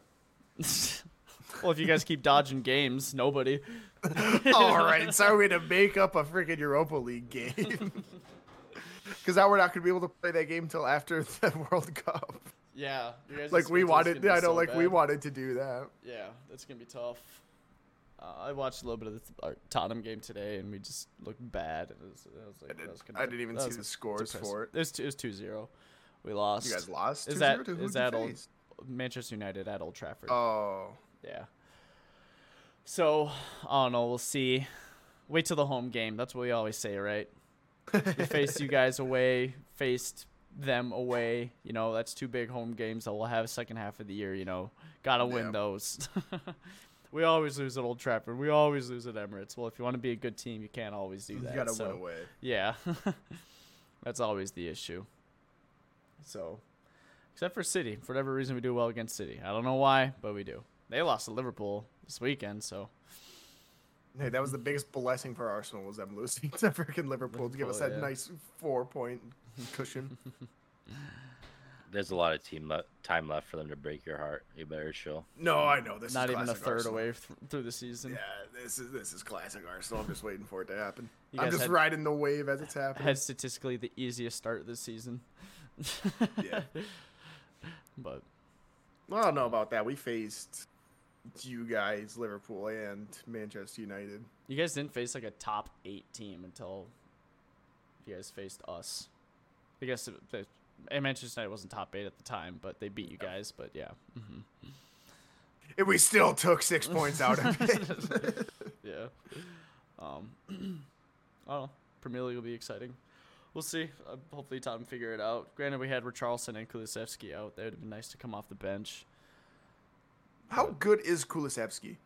[SPEAKER 3] well, if you guys keep dodging games, nobody. [LAUGHS]
[SPEAKER 4] All right, sorry to make up a freaking Europa League game. [LAUGHS] Because now we're not going to be able to play that game until after [LAUGHS] the World Cup.
[SPEAKER 3] Yeah. You guys
[SPEAKER 4] Like we wanted, I know, like we
[SPEAKER 3] wanted.
[SPEAKER 4] wanted to do that.
[SPEAKER 3] Yeah, that's gonna be tough. Uh, I watched a little bit of the th- our Tottenham game today, and we just looked bad. And it was, I was like,
[SPEAKER 4] did-
[SPEAKER 3] that was kinda
[SPEAKER 4] I didn't even
[SPEAKER 3] that
[SPEAKER 4] see
[SPEAKER 3] was
[SPEAKER 4] the scores
[SPEAKER 3] depressing.
[SPEAKER 4] for it.
[SPEAKER 3] It was, two, it was 2-0. We lost.
[SPEAKER 4] You guys lost.
[SPEAKER 3] Is
[SPEAKER 4] 2-0
[SPEAKER 3] that
[SPEAKER 4] to who'd
[SPEAKER 3] is
[SPEAKER 4] you
[SPEAKER 3] that old
[SPEAKER 4] face?
[SPEAKER 3] Manchester United at Old Trafford?
[SPEAKER 4] Oh,
[SPEAKER 3] Yeah. So I don't know. We'll see. Wait till the home game. That's what we always say, right? we faced you
[SPEAKER 4] [LAUGHS]
[SPEAKER 3] guys away, faced them away. You know, that's two big home games that we'll have second half of the year. You know, gotta win
[SPEAKER 4] Yeah.
[SPEAKER 3] those. [LAUGHS] we always lose at Old Trafford. We always lose at Emirates. Well, if you want to be a good team, you can't always do
[SPEAKER 4] you
[SPEAKER 3] that.
[SPEAKER 4] got to
[SPEAKER 3] so.
[SPEAKER 4] win away.
[SPEAKER 3] Yeah. [LAUGHS] That's always the issue. So, except for City, for whatever reason, we do well against City. I don't know why, but we do. They lost to Liverpool this weekend, so
[SPEAKER 4] Hey, that was the biggest blessing for Arsenal was them losing [LAUGHS] to freaking Liverpool to give us that
[SPEAKER 3] Liverpool, yeah.
[SPEAKER 4] nice four point cushion.
[SPEAKER 2] There's a lot of team le- time left for them to break your heart. You better chill.
[SPEAKER 4] [LAUGHS] No, I know this.
[SPEAKER 3] not
[SPEAKER 4] is
[SPEAKER 3] even a
[SPEAKER 4] classic
[SPEAKER 3] third
[SPEAKER 4] Arsenal.
[SPEAKER 3] away th- through the season.
[SPEAKER 4] Yeah, this is this is classic Arsenal. I'm just waiting for it to happen.
[SPEAKER 3] You
[SPEAKER 4] I'm
[SPEAKER 3] guys
[SPEAKER 4] just
[SPEAKER 3] had-
[SPEAKER 4] riding the wave as it's
[SPEAKER 3] I
[SPEAKER 4] happening.
[SPEAKER 3] Had statistically the easiest start this season.
[SPEAKER 4] Yeah.
[SPEAKER 3] [LAUGHS] But
[SPEAKER 4] Well, I don't know about that. We faced you guys, Liverpool and Manchester United.
[SPEAKER 3] you guys didn't face like a top eight team until you guys faced us. I guess it- the- and Manchester United wasn't top eight at the time, but they beat you guys. But yeah,
[SPEAKER 4] And we still took six points out
[SPEAKER 3] [LAUGHS]
[SPEAKER 4] of it.
[SPEAKER 3] Yeah. Um, [CLEARS THROAT] I don't know. Premier League will be exciting. We'll see. Uh, hopefully, Tottenham figure it out. Granted, we had Richarlison and Kulusevski out. That would have been nice to come off the bench.
[SPEAKER 4] How good is Kulisevsky?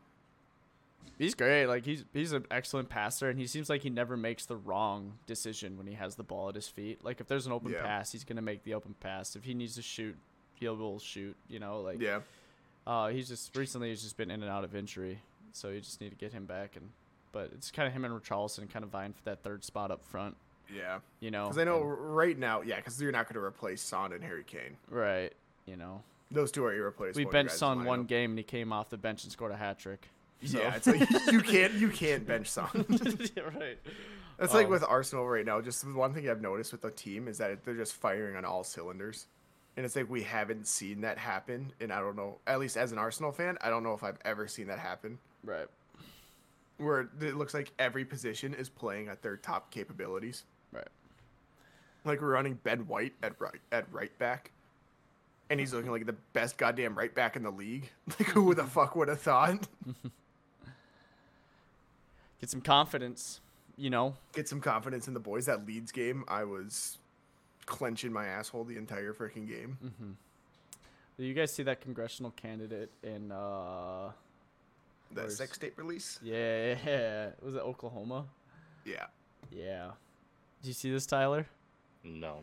[SPEAKER 3] He's great. Like he's he's an excellent passer, and he seems like he never makes the wrong decision when he has the ball at his feet. Like if there's an open
[SPEAKER 4] Yeah.
[SPEAKER 3] pass, he's gonna make the open pass. If he needs to shoot, he will shoot. You know, like
[SPEAKER 4] Yeah.
[SPEAKER 3] Uh, he's just recently he's just been in and out of injury, so you just need to get him back. And but it's kind of him and Richarlison kind of vying for that third spot up front.
[SPEAKER 4] Yeah.
[SPEAKER 3] You know,
[SPEAKER 4] Because I know
[SPEAKER 3] and-
[SPEAKER 4] right now, yeah, because you're not going to replace Son and Harry Kane.
[SPEAKER 3] Right. You know,
[SPEAKER 4] Those two are irreplaceable.
[SPEAKER 3] we
[SPEAKER 4] in your
[SPEAKER 3] benched
[SPEAKER 4] guys'
[SPEAKER 3] Son
[SPEAKER 4] lineup.
[SPEAKER 3] one game and he came off the bench and scored a hat trick.
[SPEAKER 4] Yeah, it's like you can't you can't
[SPEAKER 3] [LAUGHS]
[SPEAKER 4] bench Son.
[SPEAKER 3] right.
[SPEAKER 4] That's like
[SPEAKER 3] Um,
[SPEAKER 4] with Arsenal right now. Just the one thing I've noticed with the team is that they're just firing on all cylinders, and it's like we haven't seen that happen. And I don't know, at least as an Arsenal fan, I don't know if I've ever seen that happen.
[SPEAKER 3] Right.
[SPEAKER 4] Where it looks like every position is playing at their top capabilities.
[SPEAKER 3] Right.
[SPEAKER 4] Like we're running Ben White at right at right back, and he's looking like the best goddamn right back in the league. [LAUGHS] Like who the fuck would have thought? [LAUGHS]
[SPEAKER 3] Get some confidence, you know.
[SPEAKER 4] Get some confidence in the boys. That Leeds game, I was clenching my asshole the entire freaking game.
[SPEAKER 3] Did you guys see that congressional candidate in uh
[SPEAKER 4] The
[SPEAKER 3] Where's-
[SPEAKER 4] sex tape release.
[SPEAKER 3] yeah, was it Oklahoma?
[SPEAKER 4] Yeah.
[SPEAKER 3] Yeah. Did you see this, Tyler?
[SPEAKER 2] No.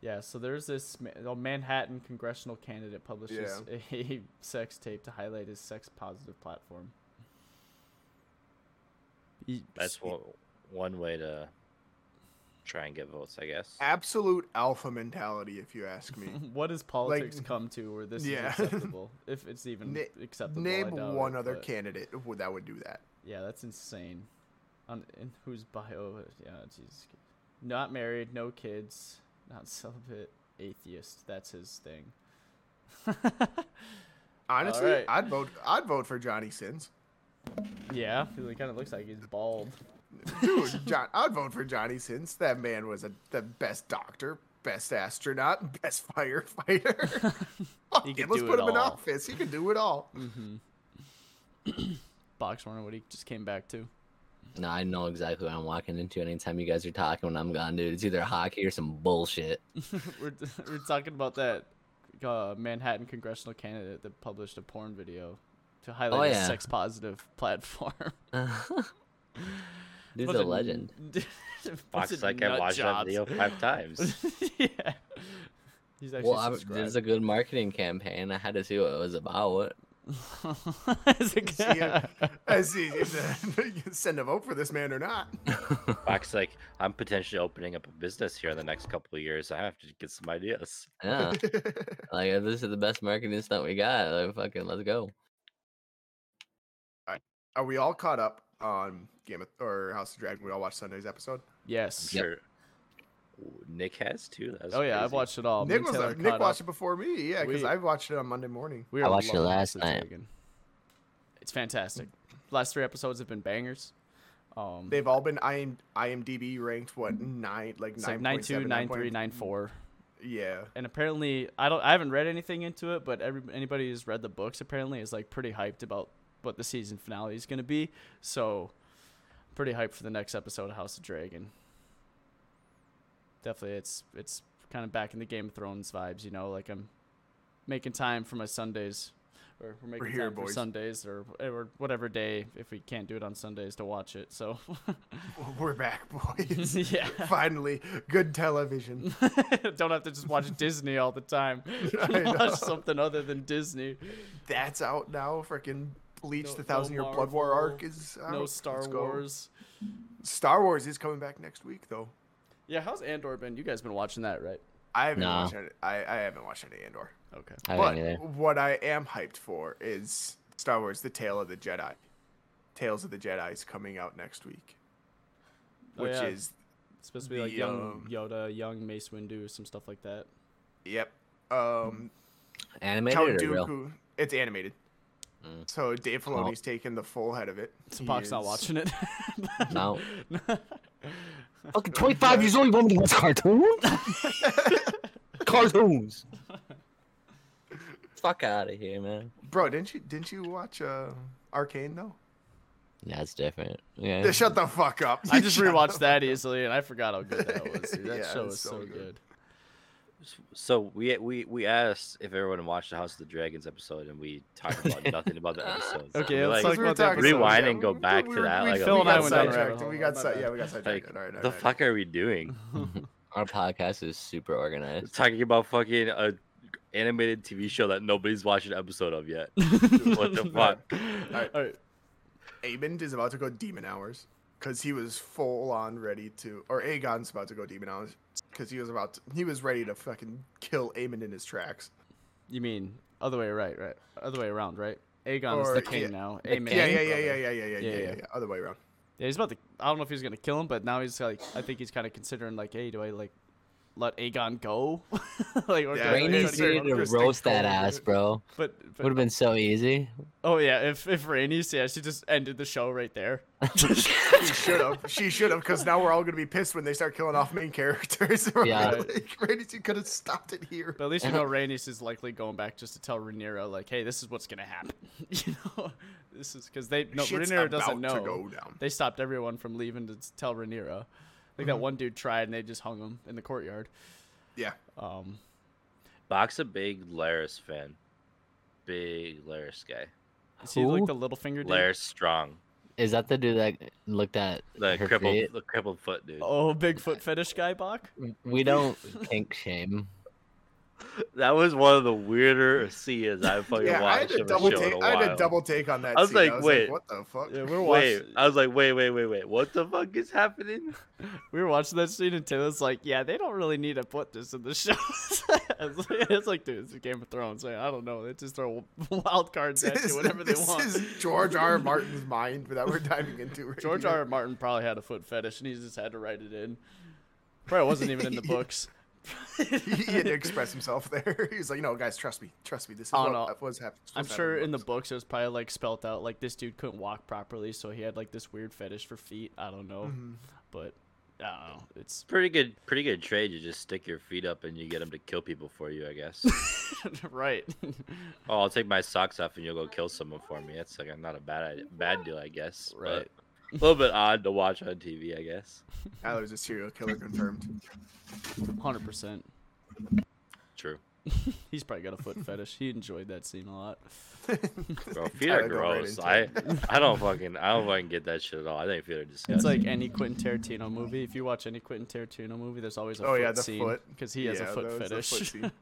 [SPEAKER 3] Yeah, so there's this ma- a Manhattan congressional candidate publishes [LAUGHS] a sex tape to highlight his sex positive platform. He-
[SPEAKER 2] That's one, one way to try and get votes, I guess.
[SPEAKER 4] Absolute alpha mentality, if you
[SPEAKER 3] [LAUGHS]
[SPEAKER 4] ask me.
[SPEAKER 3] what does politics come to where this
[SPEAKER 4] Yeah. [LAUGHS]
[SPEAKER 3] is acceptable? if it's even
[SPEAKER 4] Na-
[SPEAKER 3] acceptable. I
[SPEAKER 4] Name
[SPEAKER 3] doubt
[SPEAKER 4] one
[SPEAKER 3] it,
[SPEAKER 4] other
[SPEAKER 3] but-
[SPEAKER 4] candidate who- that would do that.
[SPEAKER 3] Yeah, that's insane. On in whose bio? Yeah, Jesus. Not married, no kids, not [LAUGHS] celibate, atheist. That's his thing. [LAUGHS]
[SPEAKER 4] Honestly,
[SPEAKER 3] right. [LAUGHS]
[SPEAKER 4] I'd vote. I'd vote for Johnny Sins.
[SPEAKER 3] yeah, 'cause he kind of looks like he's bald.
[SPEAKER 4] Dude, John, I'd vote for Johnny Sins. That man was a, the best doctor, best astronaut, [LAUGHS] best
[SPEAKER 3] [LAUGHS]
[SPEAKER 4] firefighter. Fuck
[SPEAKER 3] He
[SPEAKER 4] it,
[SPEAKER 3] could
[SPEAKER 4] let's
[SPEAKER 3] do
[SPEAKER 4] put
[SPEAKER 3] it
[SPEAKER 4] him in
[SPEAKER 3] all. Mm.
[SPEAKER 4] office. He can do it all. [LAUGHS]
[SPEAKER 3] Box Warner, what he just came back to. [LAUGHS]
[SPEAKER 5] No, I know exactly what I'm walking into anytime you guys are talking when I'm gone, dude. It's either hockey or some [LAUGHS] bullshit.
[SPEAKER 3] we're, [LAUGHS] we're talking about that uh, Manhattan congressional candidate that published a porn video to highlight
[SPEAKER 5] Oh,
[SPEAKER 3] his
[SPEAKER 5] yeah.
[SPEAKER 3] sex positive [LAUGHS] platform.
[SPEAKER 5] Dude's
[SPEAKER 3] Was
[SPEAKER 5] a
[SPEAKER 3] it-
[SPEAKER 5] legend.
[SPEAKER 3] [LAUGHS] was
[SPEAKER 2] Fox
[SPEAKER 3] it
[SPEAKER 2] like I
[SPEAKER 3] nut
[SPEAKER 2] watched
[SPEAKER 3] jobs?
[SPEAKER 2] that video five times.
[SPEAKER 3] [LAUGHS] yeah. He's actually
[SPEAKER 5] Well, I,
[SPEAKER 3] [LAUGHS]
[SPEAKER 5] there's a good marketing campaign. I had to see what it was about.
[SPEAKER 3] It's a
[SPEAKER 4] [LAUGHS] See
[SPEAKER 3] guy.
[SPEAKER 4] if, uh, see if uh, [LAUGHS] you can send a vote for this man
[SPEAKER 3] [LAUGHS]
[SPEAKER 4] or not.
[SPEAKER 2] Fox like I'm potentially opening up a business here in the next couple of years. I have to get some ideas.
[SPEAKER 5] [LAUGHS] Yeah, like if this is the best marketing stunt we got. Like, fucking, let's go.
[SPEAKER 4] Are we all caught up on Game of or House of Dragon? We all watched Sunday's episode.
[SPEAKER 3] yes.
[SPEAKER 2] I'm sure Ooh, Nick has too. That's
[SPEAKER 3] Oh yeah, I've
[SPEAKER 2] crazy.
[SPEAKER 3] watched it all. Me
[SPEAKER 4] Nick
[SPEAKER 3] and
[SPEAKER 4] was
[SPEAKER 3] Taylor
[SPEAKER 4] uh, Nick
[SPEAKER 3] caught
[SPEAKER 4] watched
[SPEAKER 3] up.
[SPEAKER 4] it before me. Yeah, because
[SPEAKER 3] We-
[SPEAKER 4] I watched it on Monday morning.
[SPEAKER 3] We
[SPEAKER 5] I
[SPEAKER 3] are
[SPEAKER 5] watched it
[SPEAKER 3] loving House
[SPEAKER 5] last
[SPEAKER 3] of
[SPEAKER 5] night.
[SPEAKER 3] Dragon. It's fantastic. Last three episodes have been bangers. Um,
[SPEAKER 4] They've all been IM, IMDb ranked what nine like
[SPEAKER 3] it's like nine two,
[SPEAKER 4] 9.7,
[SPEAKER 3] nine three,
[SPEAKER 4] 9.8.
[SPEAKER 3] nine four.
[SPEAKER 4] Yeah,
[SPEAKER 3] and apparently I don't I haven't read anything into it, but every anybody who's read the books apparently is like pretty hyped about what the season finale is gonna be. So pretty hyped for the next episode of House of Dragon. Definitely it's it's kind of back in the Game of Thrones vibes, you know, like I'm making time for my Sundays. Or we're making
[SPEAKER 4] here,
[SPEAKER 3] time for
[SPEAKER 4] boys.
[SPEAKER 3] Sundays or or whatever day if we can't do it on Sundays to watch it. So [LAUGHS]
[SPEAKER 4] [LAUGHS] we're back, boys.
[SPEAKER 3] yeah.
[SPEAKER 4] Finally,
[SPEAKER 3] [LAUGHS]
[SPEAKER 4] good television.
[SPEAKER 3] don't have to just
[SPEAKER 4] [LAUGHS]
[SPEAKER 3] watch Disney all the time.
[SPEAKER 4] I know.
[SPEAKER 3] [LAUGHS] watch something other than Disney.
[SPEAKER 4] That's out now. Freaking Bleach,
[SPEAKER 3] No-
[SPEAKER 4] the Thousand
[SPEAKER 3] no
[SPEAKER 4] Year Blood War
[SPEAKER 3] Marvel,
[SPEAKER 4] arc is out.
[SPEAKER 3] No Star
[SPEAKER 4] Let's go.
[SPEAKER 3] Wars.
[SPEAKER 4] Star Wars is coming back next week, though.
[SPEAKER 3] Yeah, how's Andor been? You guys been watching that, right?
[SPEAKER 4] I haven't
[SPEAKER 5] Nah.
[SPEAKER 4] watched. Any, I, I haven't watched any Andor.
[SPEAKER 3] Okay.
[SPEAKER 5] I
[SPEAKER 4] But
[SPEAKER 5] didn't either.
[SPEAKER 4] what I am hyped for is Star Wars: The Tale of the Jedi. Tales of the Jedi is coming out next week,
[SPEAKER 3] Oh,
[SPEAKER 4] which
[SPEAKER 3] yeah.
[SPEAKER 4] is
[SPEAKER 3] It's supposed to be like
[SPEAKER 4] the,
[SPEAKER 3] young
[SPEAKER 4] um,
[SPEAKER 3] Yoda, young Mace Windu, some stuff like that.
[SPEAKER 4] yep. Um,
[SPEAKER 5] Animated
[SPEAKER 4] Count
[SPEAKER 5] or real?
[SPEAKER 4] Dooku. It's animated. So Dave
[SPEAKER 5] Well-
[SPEAKER 4] Filoni's taking the full head of it.
[SPEAKER 3] So Pac's not watching
[SPEAKER 4] [LAUGHS]
[SPEAKER 3] it.
[SPEAKER 5] No. [LAUGHS] Fucking
[SPEAKER 4] Yeah.
[SPEAKER 5] 25 years old, you want me to watch cartoons? [LAUGHS] cartoons. Fuck out of here, man.
[SPEAKER 4] Bro, didn't you didn't you watch uh, Arcane though?
[SPEAKER 5] That's different. Yeah.
[SPEAKER 4] Yeah, [LAUGHS] Shut the fuck up.
[SPEAKER 3] I
[SPEAKER 4] [LAUGHS]
[SPEAKER 3] just
[SPEAKER 4] Shut
[SPEAKER 3] rewatched that easily, and I forgot how good that was.
[SPEAKER 4] [LAUGHS]
[SPEAKER 3] dude. That
[SPEAKER 4] Yeah,
[SPEAKER 3] show
[SPEAKER 4] it's
[SPEAKER 3] is so,
[SPEAKER 4] so
[SPEAKER 3] good.
[SPEAKER 4] good.
[SPEAKER 2] So we we we asked if everyone watched the House of the Dragons episode, and we talked
[SPEAKER 3] [LAUGHS]
[SPEAKER 2] about nothing about the
[SPEAKER 4] [LAUGHS]
[SPEAKER 2] episode. So
[SPEAKER 3] Okay,
[SPEAKER 2] we're
[SPEAKER 3] let's
[SPEAKER 2] like,
[SPEAKER 3] talk about that.
[SPEAKER 2] talking about-
[SPEAKER 4] about-
[SPEAKER 2] Rewind and go
[SPEAKER 3] [LAUGHS]
[SPEAKER 4] we-
[SPEAKER 2] back
[SPEAKER 4] we
[SPEAKER 2] to
[SPEAKER 4] were-
[SPEAKER 2] that,
[SPEAKER 4] We,
[SPEAKER 2] like, a
[SPEAKER 4] Phil
[SPEAKER 3] little
[SPEAKER 4] and I
[SPEAKER 3] bit.
[SPEAKER 4] went
[SPEAKER 3] Down
[SPEAKER 4] down
[SPEAKER 3] the
[SPEAKER 4] sidetracked.
[SPEAKER 3] rabbit
[SPEAKER 4] We
[SPEAKER 3] hole.
[SPEAKER 4] got
[SPEAKER 3] My
[SPEAKER 4] si-
[SPEAKER 3] bad.
[SPEAKER 4] yeah, we got
[SPEAKER 2] like,
[SPEAKER 4] sidetracked. All right, all right,
[SPEAKER 2] the
[SPEAKER 4] all right.
[SPEAKER 2] fuck are we
[SPEAKER 3] [LAUGHS]
[SPEAKER 2] doing?
[SPEAKER 5] Our podcast is super organized.
[SPEAKER 2] Talking about fucking a animated TV show that nobody's watched an episode of
[SPEAKER 3] [LAUGHS]
[SPEAKER 2] yet. what the fuck?
[SPEAKER 3] All right.
[SPEAKER 4] Aemond is about to go demon hours because he was full on ready to, or Aegon's about to go demon hours because he was about to, he was ready to fucking kill Aemon in his tracks.
[SPEAKER 3] You mean other way right, right? Other way around, right? Aegon is
[SPEAKER 4] Or-
[SPEAKER 3] the king
[SPEAKER 4] yeah.
[SPEAKER 3] now. Aemon
[SPEAKER 4] Yeah,
[SPEAKER 3] is the
[SPEAKER 4] yeah, yeah,
[SPEAKER 3] brother.
[SPEAKER 4] yeah, yeah, yeah, yeah, yeah,
[SPEAKER 3] Yeah, yeah.
[SPEAKER 4] yeah, yeah. Other way around.
[SPEAKER 3] Yeah, he's about to. I don't know if he's gonna kill him, but now he's like, I think he's kind of considering like, hey, do I like let Aegon go? [LAUGHS] like, or do
[SPEAKER 4] Yeah,
[SPEAKER 3] I
[SPEAKER 5] Brain
[SPEAKER 4] Rainey's
[SPEAKER 3] try
[SPEAKER 5] needs
[SPEAKER 3] to-
[SPEAKER 4] here.
[SPEAKER 5] you to roast that ass, bro.
[SPEAKER 3] But, but
[SPEAKER 5] Would have been so easy.
[SPEAKER 3] oh yeah, if if Rainey's yeah, she just ended the show right there.
[SPEAKER 4] She should have. She should have, because now we're all gonna be pissed when they start killing off main characters. [LAUGHS]
[SPEAKER 5] Yeah.
[SPEAKER 4] like, Rainey's, you could have stopped it here.
[SPEAKER 3] But at least you know Rhaenys is likely going back just to tell Rhaenyra like, hey, this is what's gonna happen. [LAUGHS] you know, this is because they no
[SPEAKER 4] Shit's
[SPEAKER 3] Rhaenyra doesn't
[SPEAKER 4] about to
[SPEAKER 3] know.
[SPEAKER 4] go down.
[SPEAKER 3] They stopped everyone from leaving to tell Rhaenyra. Like that one dude tried and they just hung him in the courtyard.
[SPEAKER 4] Yeah.
[SPEAKER 3] Um,
[SPEAKER 2] Box a big Laris fan, big Laris guy.
[SPEAKER 3] is he like
[SPEAKER 5] Who?
[SPEAKER 3] the little finger dude?
[SPEAKER 2] Laris strong,
[SPEAKER 5] Is that the dude that looked at
[SPEAKER 2] the
[SPEAKER 5] her
[SPEAKER 2] crippled
[SPEAKER 5] feet?
[SPEAKER 2] the crippled foot dude.
[SPEAKER 3] Oh, Bigfoot fetish guy, Bach?
[SPEAKER 5] We don't kink shame.
[SPEAKER 2] That was one of the weirder scenes I fucking
[SPEAKER 4] Yeah, I had
[SPEAKER 2] watched
[SPEAKER 4] a
[SPEAKER 2] of a
[SPEAKER 4] double
[SPEAKER 2] show in
[SPEAKER 4] take.
[SPEAKER 2] a
[SPEAKER 4] I had a
[SPEAKER 2] while.
[SPEAKER 4] double take on that.
[SPEAKER 2] I was
[SPEAKER 4] scene.
[SPEAKER 2] like, wait.
[SPEAKER 4] what the fuck?
[SPEAKER 3] Yeah,
[SPEAKER 2] [LAUGHS]
[SPEAKER 3] we were
[SPEAKER 2] Wait,
[SPEAKER 3] [LAUGHS] watching.
[SPEAKER 2] I was like, wait, wait, wait, wait. What the fuck is happening?
[SPEAKER 3] We were watching that scene, and Taylor's like, "Yeah, they don't really need to put this in the [LAUGHS] show." it's, like, it's like, dude, it's a Game of Thrones. Like, I don't know. They just throw [LAUGHS] wild cards at you, whatever they
[SPEAKER 4] this
[SPEAKER 3] want.
[SPEAKER 4] is George R. R. Martin's mind that we're diving into. Right
[SPEAKER 3] [LAUGHS] George [LAUGHS]
[SPEAKER 4] here.
[SPEAKER 3] R. R. Martin probably had a foot fetish, and he just had to write it in. Probably wasn't even in the books.
[SPEAKER 4] he, [LAUGHS] he had to express himself there. [LAUGHS] He's like, no, guys, trust me, trust me. This is
[SPEAKER 3] Oh,
[SPEAKER 4] what
[SPEAKER 3] no.
[SPEAKER 4] what was happening.
[SPEAKER 3] I'm sure in the books it was probably like spelt out like this dude couldn't walk properly, so he had like this weird fetish for feet. I don't know, but I don't know. It's [LAUGHS]
[SPEAKER 2] Pretty good, pretty good trade. You just stick your feet up and you get them to kill people for you, I
[SPEAKER 4] [LAUGHS]
[SPEAKER 2] guess.
[SPEAKER 3] right. [LAUGHS]
[SPEAKER 2] oh, I'll take my socks off and you'll go kill someone for me. That's like not a bad idea, bad deal, I guess. but
[SPEAKER 3] Right.
[SPEAKER 2] a little bit odd to watch on TV, I
[SPEAKER 4] [LAUGHS]
[SPEAKER 2] guess.
[SPEAKER 4] Tyler's a serial killer confirmed.
[SPEAKER 3] Hundred percent.
[SPEAKER 2] True.
[SPEAKER 3] He's probably got a [LAUGHS] foot fetish. He enjoyed that scene a lot.
[SPEAKER 2] Bro, feet are
[SPEAKER 4] Tyler got right
[SPEAKER 2] gross.
[SPEAKER 4] into
[SPEAKER 2] I, I
[SPEAKER 4] [LAUGHS]
[SPEAKER 2] don't fucking, I don't fucking get that shit at all. I think feet are disgusting.
[SPEAKER 3] It's like any Quentin Tarantino movie. If you watch any Quentin Tarantino movie, there's always a
[SPEAKER 4] Oh,
[SPEAKER 3] foot
[SPEAKER 4] yeah, the
[SPEAKER 3] scene
[SPEAKER 4] foot.
[SPEAKER 3] because he has a
[SPEAKER 4] Yeah,
[SPEAKER 3] foot
[SPEAKER 4] that was the
[SPEAKER 3] fetish.
[SPEAKER 4] foot scene.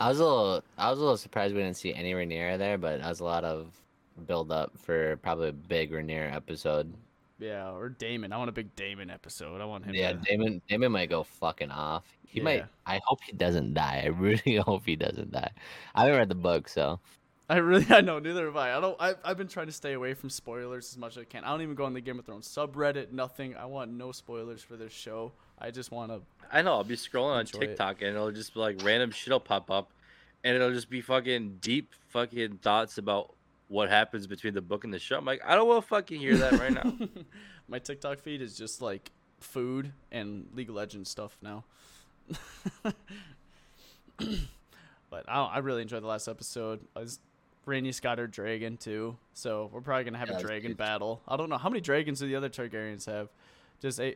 [SPEAKER 5] I was a little, I was a little surprised we didn't see any Rainier there, but that was a lot of build up for probably a big Rainier episode.
[SPEAKER 3] [LAUGHS] yeah, or Damon. I want a big Damon episode. I want him.
[SPEAKER 5] Yeah,
[SPEAKER 3] to...
[SPEAKER 5] Damon, Damon might go fucking off. He might.
[SPEAKER 3] Yeah.
[SPEAKER 5] I hope he doesn't die. I really [LAUGHS] hope he doesn't die. I haven't read the book, so
[SPEAKER 3] [LAUGHS] I really, I know. Neither have I. I don't. I, I've been trying to stay away from spoilers as much as I can. I don't even go on the Game of Thrones subreddit. Nothing. I want no spoilers for this show. I just want to.
[SPEAKER 2] I know. I'll be scrolling on
[SPEAKER 3] Enjoy it.
[SPEAKER 2] TikTok and it'll just be like random shit'll pop up, and it'll just be fucking deep fucking thoughts about what happens between the book and the show. I'm like, I don't want to fucking hear that right now.
[SPEAKER 3] [LAUGHS] My TikTok feed is just like food and League of Legends stuff now. [LAUGHS] but I, don't- I really enjoyed the last episode. I was Rhaenys got her dragon too, so we're probably gonna have
[SPEAKER 5] Yeah,
[SPEAKER 3] a
[SPEAKER 5] that's
[SPEAKER 3] dragon
[SPEAKER 5] huge.
[SPEAKER 3] battle. I don't know how many dragons do the other Targaryens have. Just a-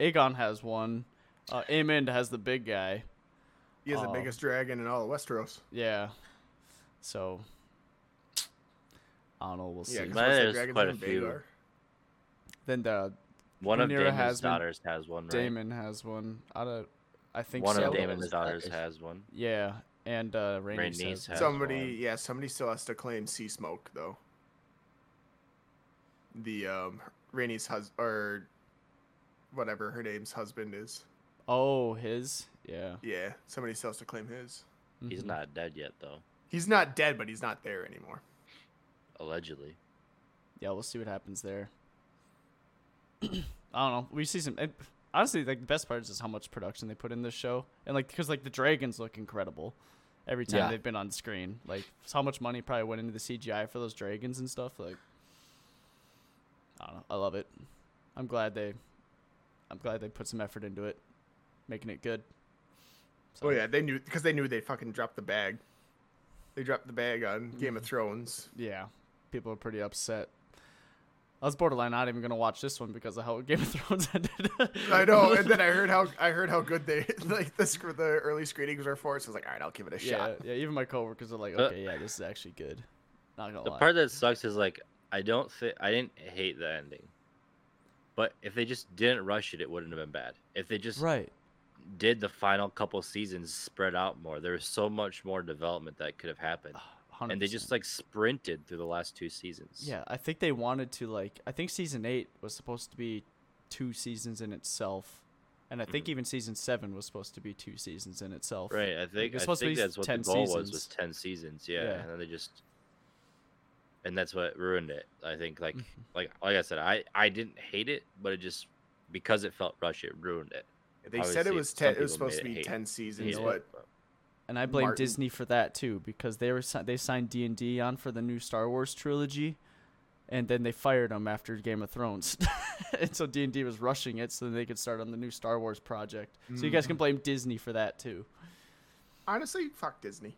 [SPEAKER 3] Aegon has one. Uh, Aemond has the big guy.
[SPEAKER 4] He is the
[SPEAKER 3] Oh.
[SPEAKER 4] biggest dragon in all of Westeros.
[SPEAKER 3] Yeah. So I don't know. We'll see.
[SPEAKER 4] Yeah, 'cause
[SPEAKER 2] But
[SPEAKER 4] most of the
[SPEAKER 2] there's
[SPEAKER 4] dragons
[SPEAKER 2] quite
[SPEAKER 4] are
[SPEAKER 2] a
[SPEAKER 4] in
[SPEAKER 2] few.
[SPEAKER 4] Vagar.
[SPEAKER 3] Then the
[SPEAKER 2] One of
[SPEAKER 3] Rhaenyra
[SPEAKER 2] Damon's
[SPEAKER 3] has been-
[SPEAKER 2] daughters has one. Right?
[SPEAKER 3] Damon has one. I don't. I think
[SPEAKER 2] One
[SPEAKER 3] so.
[SPEAKER 2] of
[SPEAKER 5] Damon's
[SPEAKER 2] Damon's daughters
[SPEAKER 5] daughters.
[SPEAKER 2] has one.
[SPEAKER 3] Yeah, and uh, Rainey
[SPEAKER 2] Rhaenys
[SPEAKER 3] says,
[SPEAKER 2] has-
[SPEAKER 4] Somebody,
[SPEAKER 2] one.
[SPEAKER 4] yeah, somebody still has to claim Sea Smoke though. The um, Rainey's husband or whatever her name's husband is.
[SPEAKER 3] "Oh, his, yeah,
[SPEAKER 4] Yeah, somebody still has to claim his.
[SPEAKER 2] He's
[SPEAKER 3] Mhm.
[SPEAKER 2] not dead yet though,
[SPEAKER 4] He's not dead, but he's not there anymore.
[SPEAKER 2] allegedly.
[SPEAKER 3] Yeah, we'll see what happens there. [CLEARS THROAT] I don't know. We see some. It, honestly, like the best part is just how much production they put in this show, and like because like the dragons look incredible every time
[SPEAKER 5] Yeah.
[SPEAKER 3] they've been on screen. Like it's how much money probably went into the CGI for those dragons and stuff. Like I don't know. I love it. I'm glad they. I'm glad they put some effort into it, making it good.
[SPEAKER 4] Oh yeah, they knew because they knew they fucking dropped the bag. They dropped the bag on Game of Thrones.
[SPEAKER 3] yeah, people are pretty upset. I was borderline not even gonna watch this one because of how [LAUGHS] Game of Thrones
[SPEAKER 2] [LAUGHS]
[SPEAKER 3] ended.
[SPEAKER 4] I know, and then I heard how I heard how good they [LAUGHS] like the sc- the early screenings were for it. So I was like, all right, I'll give it a
[SPEAKER 3] yeah,
[SPEAKER 4] shot.
[SPEAKER 3] yeah. Even my coworkers are like,
[SPEAKER 2] Uh,
[SPEAKER 3] okay, yeah, this is actually good. Not gonna
[SPEAKER 2] The
[SPEAKER 3] lie.
[SPEAKER 2] part that sucks is like I don't think I didn't hate the ending, but if they just didn't rush it, it wouldn't have been bad. If they just
[SPEAKER 3] right.
[SPEAKER 2] did the final couple seasons spread out more. There was so much more development that could have happened,
[SPEAKER 3] 100%.
[SPEAKER 2] and they just like sprinted through the last two seasons.
[SPEAKER 3] Yeah, I think they wanted to like. I think season eight was supposed to be two seasons in itself, and I think even season seven was supposed to be two seasons in itself.
[SPEAKER 2] Mm-hmm. right. I think I
[SPEAKER 3] it's supposed to
[SPEAKER 2] think
[SPEAKER 3] be
[SPEAKER 2] that's what the
[SPEAKER 3] 10
[SPEAKER 2] goal was was
[SPEAKER 3] seasons.
[SPEAKER 2] ten seasons. Yeah,
[SPEAKER 3] Yeah.
[SPEAKER 2] and then they just and that's what ruined it. I think like
[SPEAKER 3] Mm-hmm.
[SPEAKER 2] like like I said, I I didn't hate it, but it just because it felt rushed, it ruined it.
[SPEAKER 4] They said it
[SPEAKER 2] Obviously,
[SPEAKER 4] was
[SPEAKER 2] some
[SPEAKER 4] ten. It was
[SPEAKER 2] people made
[SPEAKER 4] supposed to
[SPEAKER 2] it
[SPEAKER 4] be
[SPEAKER 2] hate-
[SPEAKER 4] ten seasons,
[SPEAKER 2] Hated it,
[SPEAKER 4] but
[SPEAKER 3] and I blame
[SPEAKER 4] Martin.
[SPEAKER 3] Disney for that too because they were si- they signed D and D on for the new Star Wars trilogy, and then they fired them after Game of Thrones, [LAUGHS] and so D and D was rushing it so they could start on the new Star Wars project. So you guys can blame Disney for that too.
[SPEAKER 4] honestly, fuck [LAUGHS] Disney.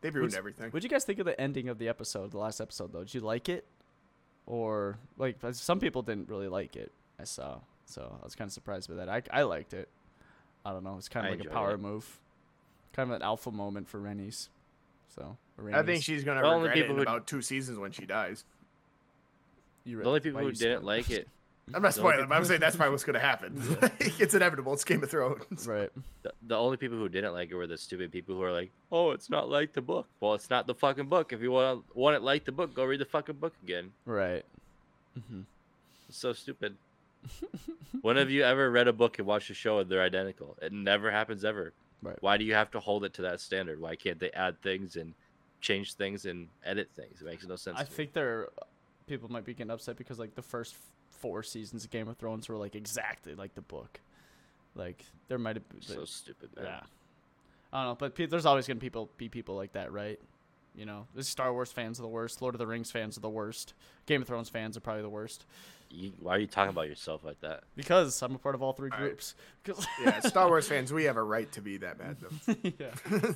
[SPEAKER 4] They've ruined
[SPEAKER 3] What's-
[SPEAKER 4] everything.
[SPEAKER 3] What would you guys think of the ending of the episode, the last episode though? Did you like it, or like 'cause some people didn't really like it? I saw, so I was kind of surprised by that. I I liked it. I don't know. It's kind
[SPEAKER 2] I
[SPEAKER 3] of like a
[SPEAKER 2] enjoyed
[SPEAKER 3] power
[SPEAKER 2] it.
[SPEAKER 3] move, kind of an alpha moment for Rennie's. So or
[SPEAKER 4] I think
[SPEAKER 3] Rhaenys.
[SPEAKER 4] she's gonna
[SPEAKER 2] The only
[SPEAKER 4] regret it
[SPEAKER 2] people
[SPEAKER 4] in
[SPEAKER 2] who-
[SPEAKER 4] about two seasons when she dies.
[SPEAKER 3] You
[SPEAKER 2] The
[SPEAKER 3] read-
[SPEAKER 2] only people
[SPEAKER 3] why
[SPEAKER 2] who
[SPEAKER 3] you spoil
[SPEAKER 2] didn't like
[SPEAKER 3] [LAUGHS]
[SPEAKER 2] it,
[SPEAKER 4] I'm not
[SPEAKER 2] The only
[SPEAKER 4] spoiling, but I'm saying that's probably what's gonna [LAUGHS] happen. it's inevitable. It's Game of Thrones.
[SPEAKER 3] Right.
[SPEAKER 2] the, the only people who didn't like it were the stupid people who are like, "Oh, it's not like the book." Well, it's not the fucking book. If you want to want it like the book, go read the fucking book again.
[SPEAKER 3] Right.
[SPEAKER 2] It's so
[SPEAKER 3] [LAUGHS]
[SPEAKER 2] stupid. when have you ever read a book and watched a show and they're identical? It never happens ever.
[SPEAKER 3] Right.
[SPEAKER 2] Why do you have to hold it to that standard? Why can't they add things and change things and edit things? It makes no sense.
[SPEAKER 3] I
[SPEAKER 2] to me.
[SPEAKER 3] think there people might be getting upset because like the first four seasons of Game of Thrones were like exactly like the book. Like there might have been
[SPEAKER 2] So stupid, man.
[SPEAKER 3] yeah. I don't know, but pe- there's always gonna people be people like that, right? You know, the Star Wars fans are the worst. Lord of the Rings fans are the worst. Game of Thrones fans are probably the worst
[SPEAKER 2] You, why are you talking about yourself like that?
[SPEAKER 3] because I'm a part of all three groups. 'Cause-
[SPEAKER 4] Yeah, Star Wars fans, we have a right to be that mad though.
[SPEAKER 3] yeah. [LAUGHS]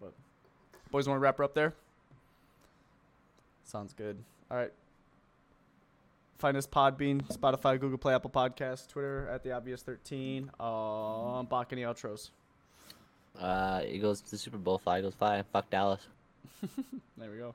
[SPEAKER 3] but boys, want to wrap her up there? Sounds good. All right. Find us Podbean, Spotify, Google Play, Apple Podcasts, Twitter at the obvious thirteen. Um, Bach any outros.
[SPEAKER 5] Uh, Eagles, the Super Bowl fly, Eagles fly. Fuck Dallas.
[SPEAKER 3] There we go.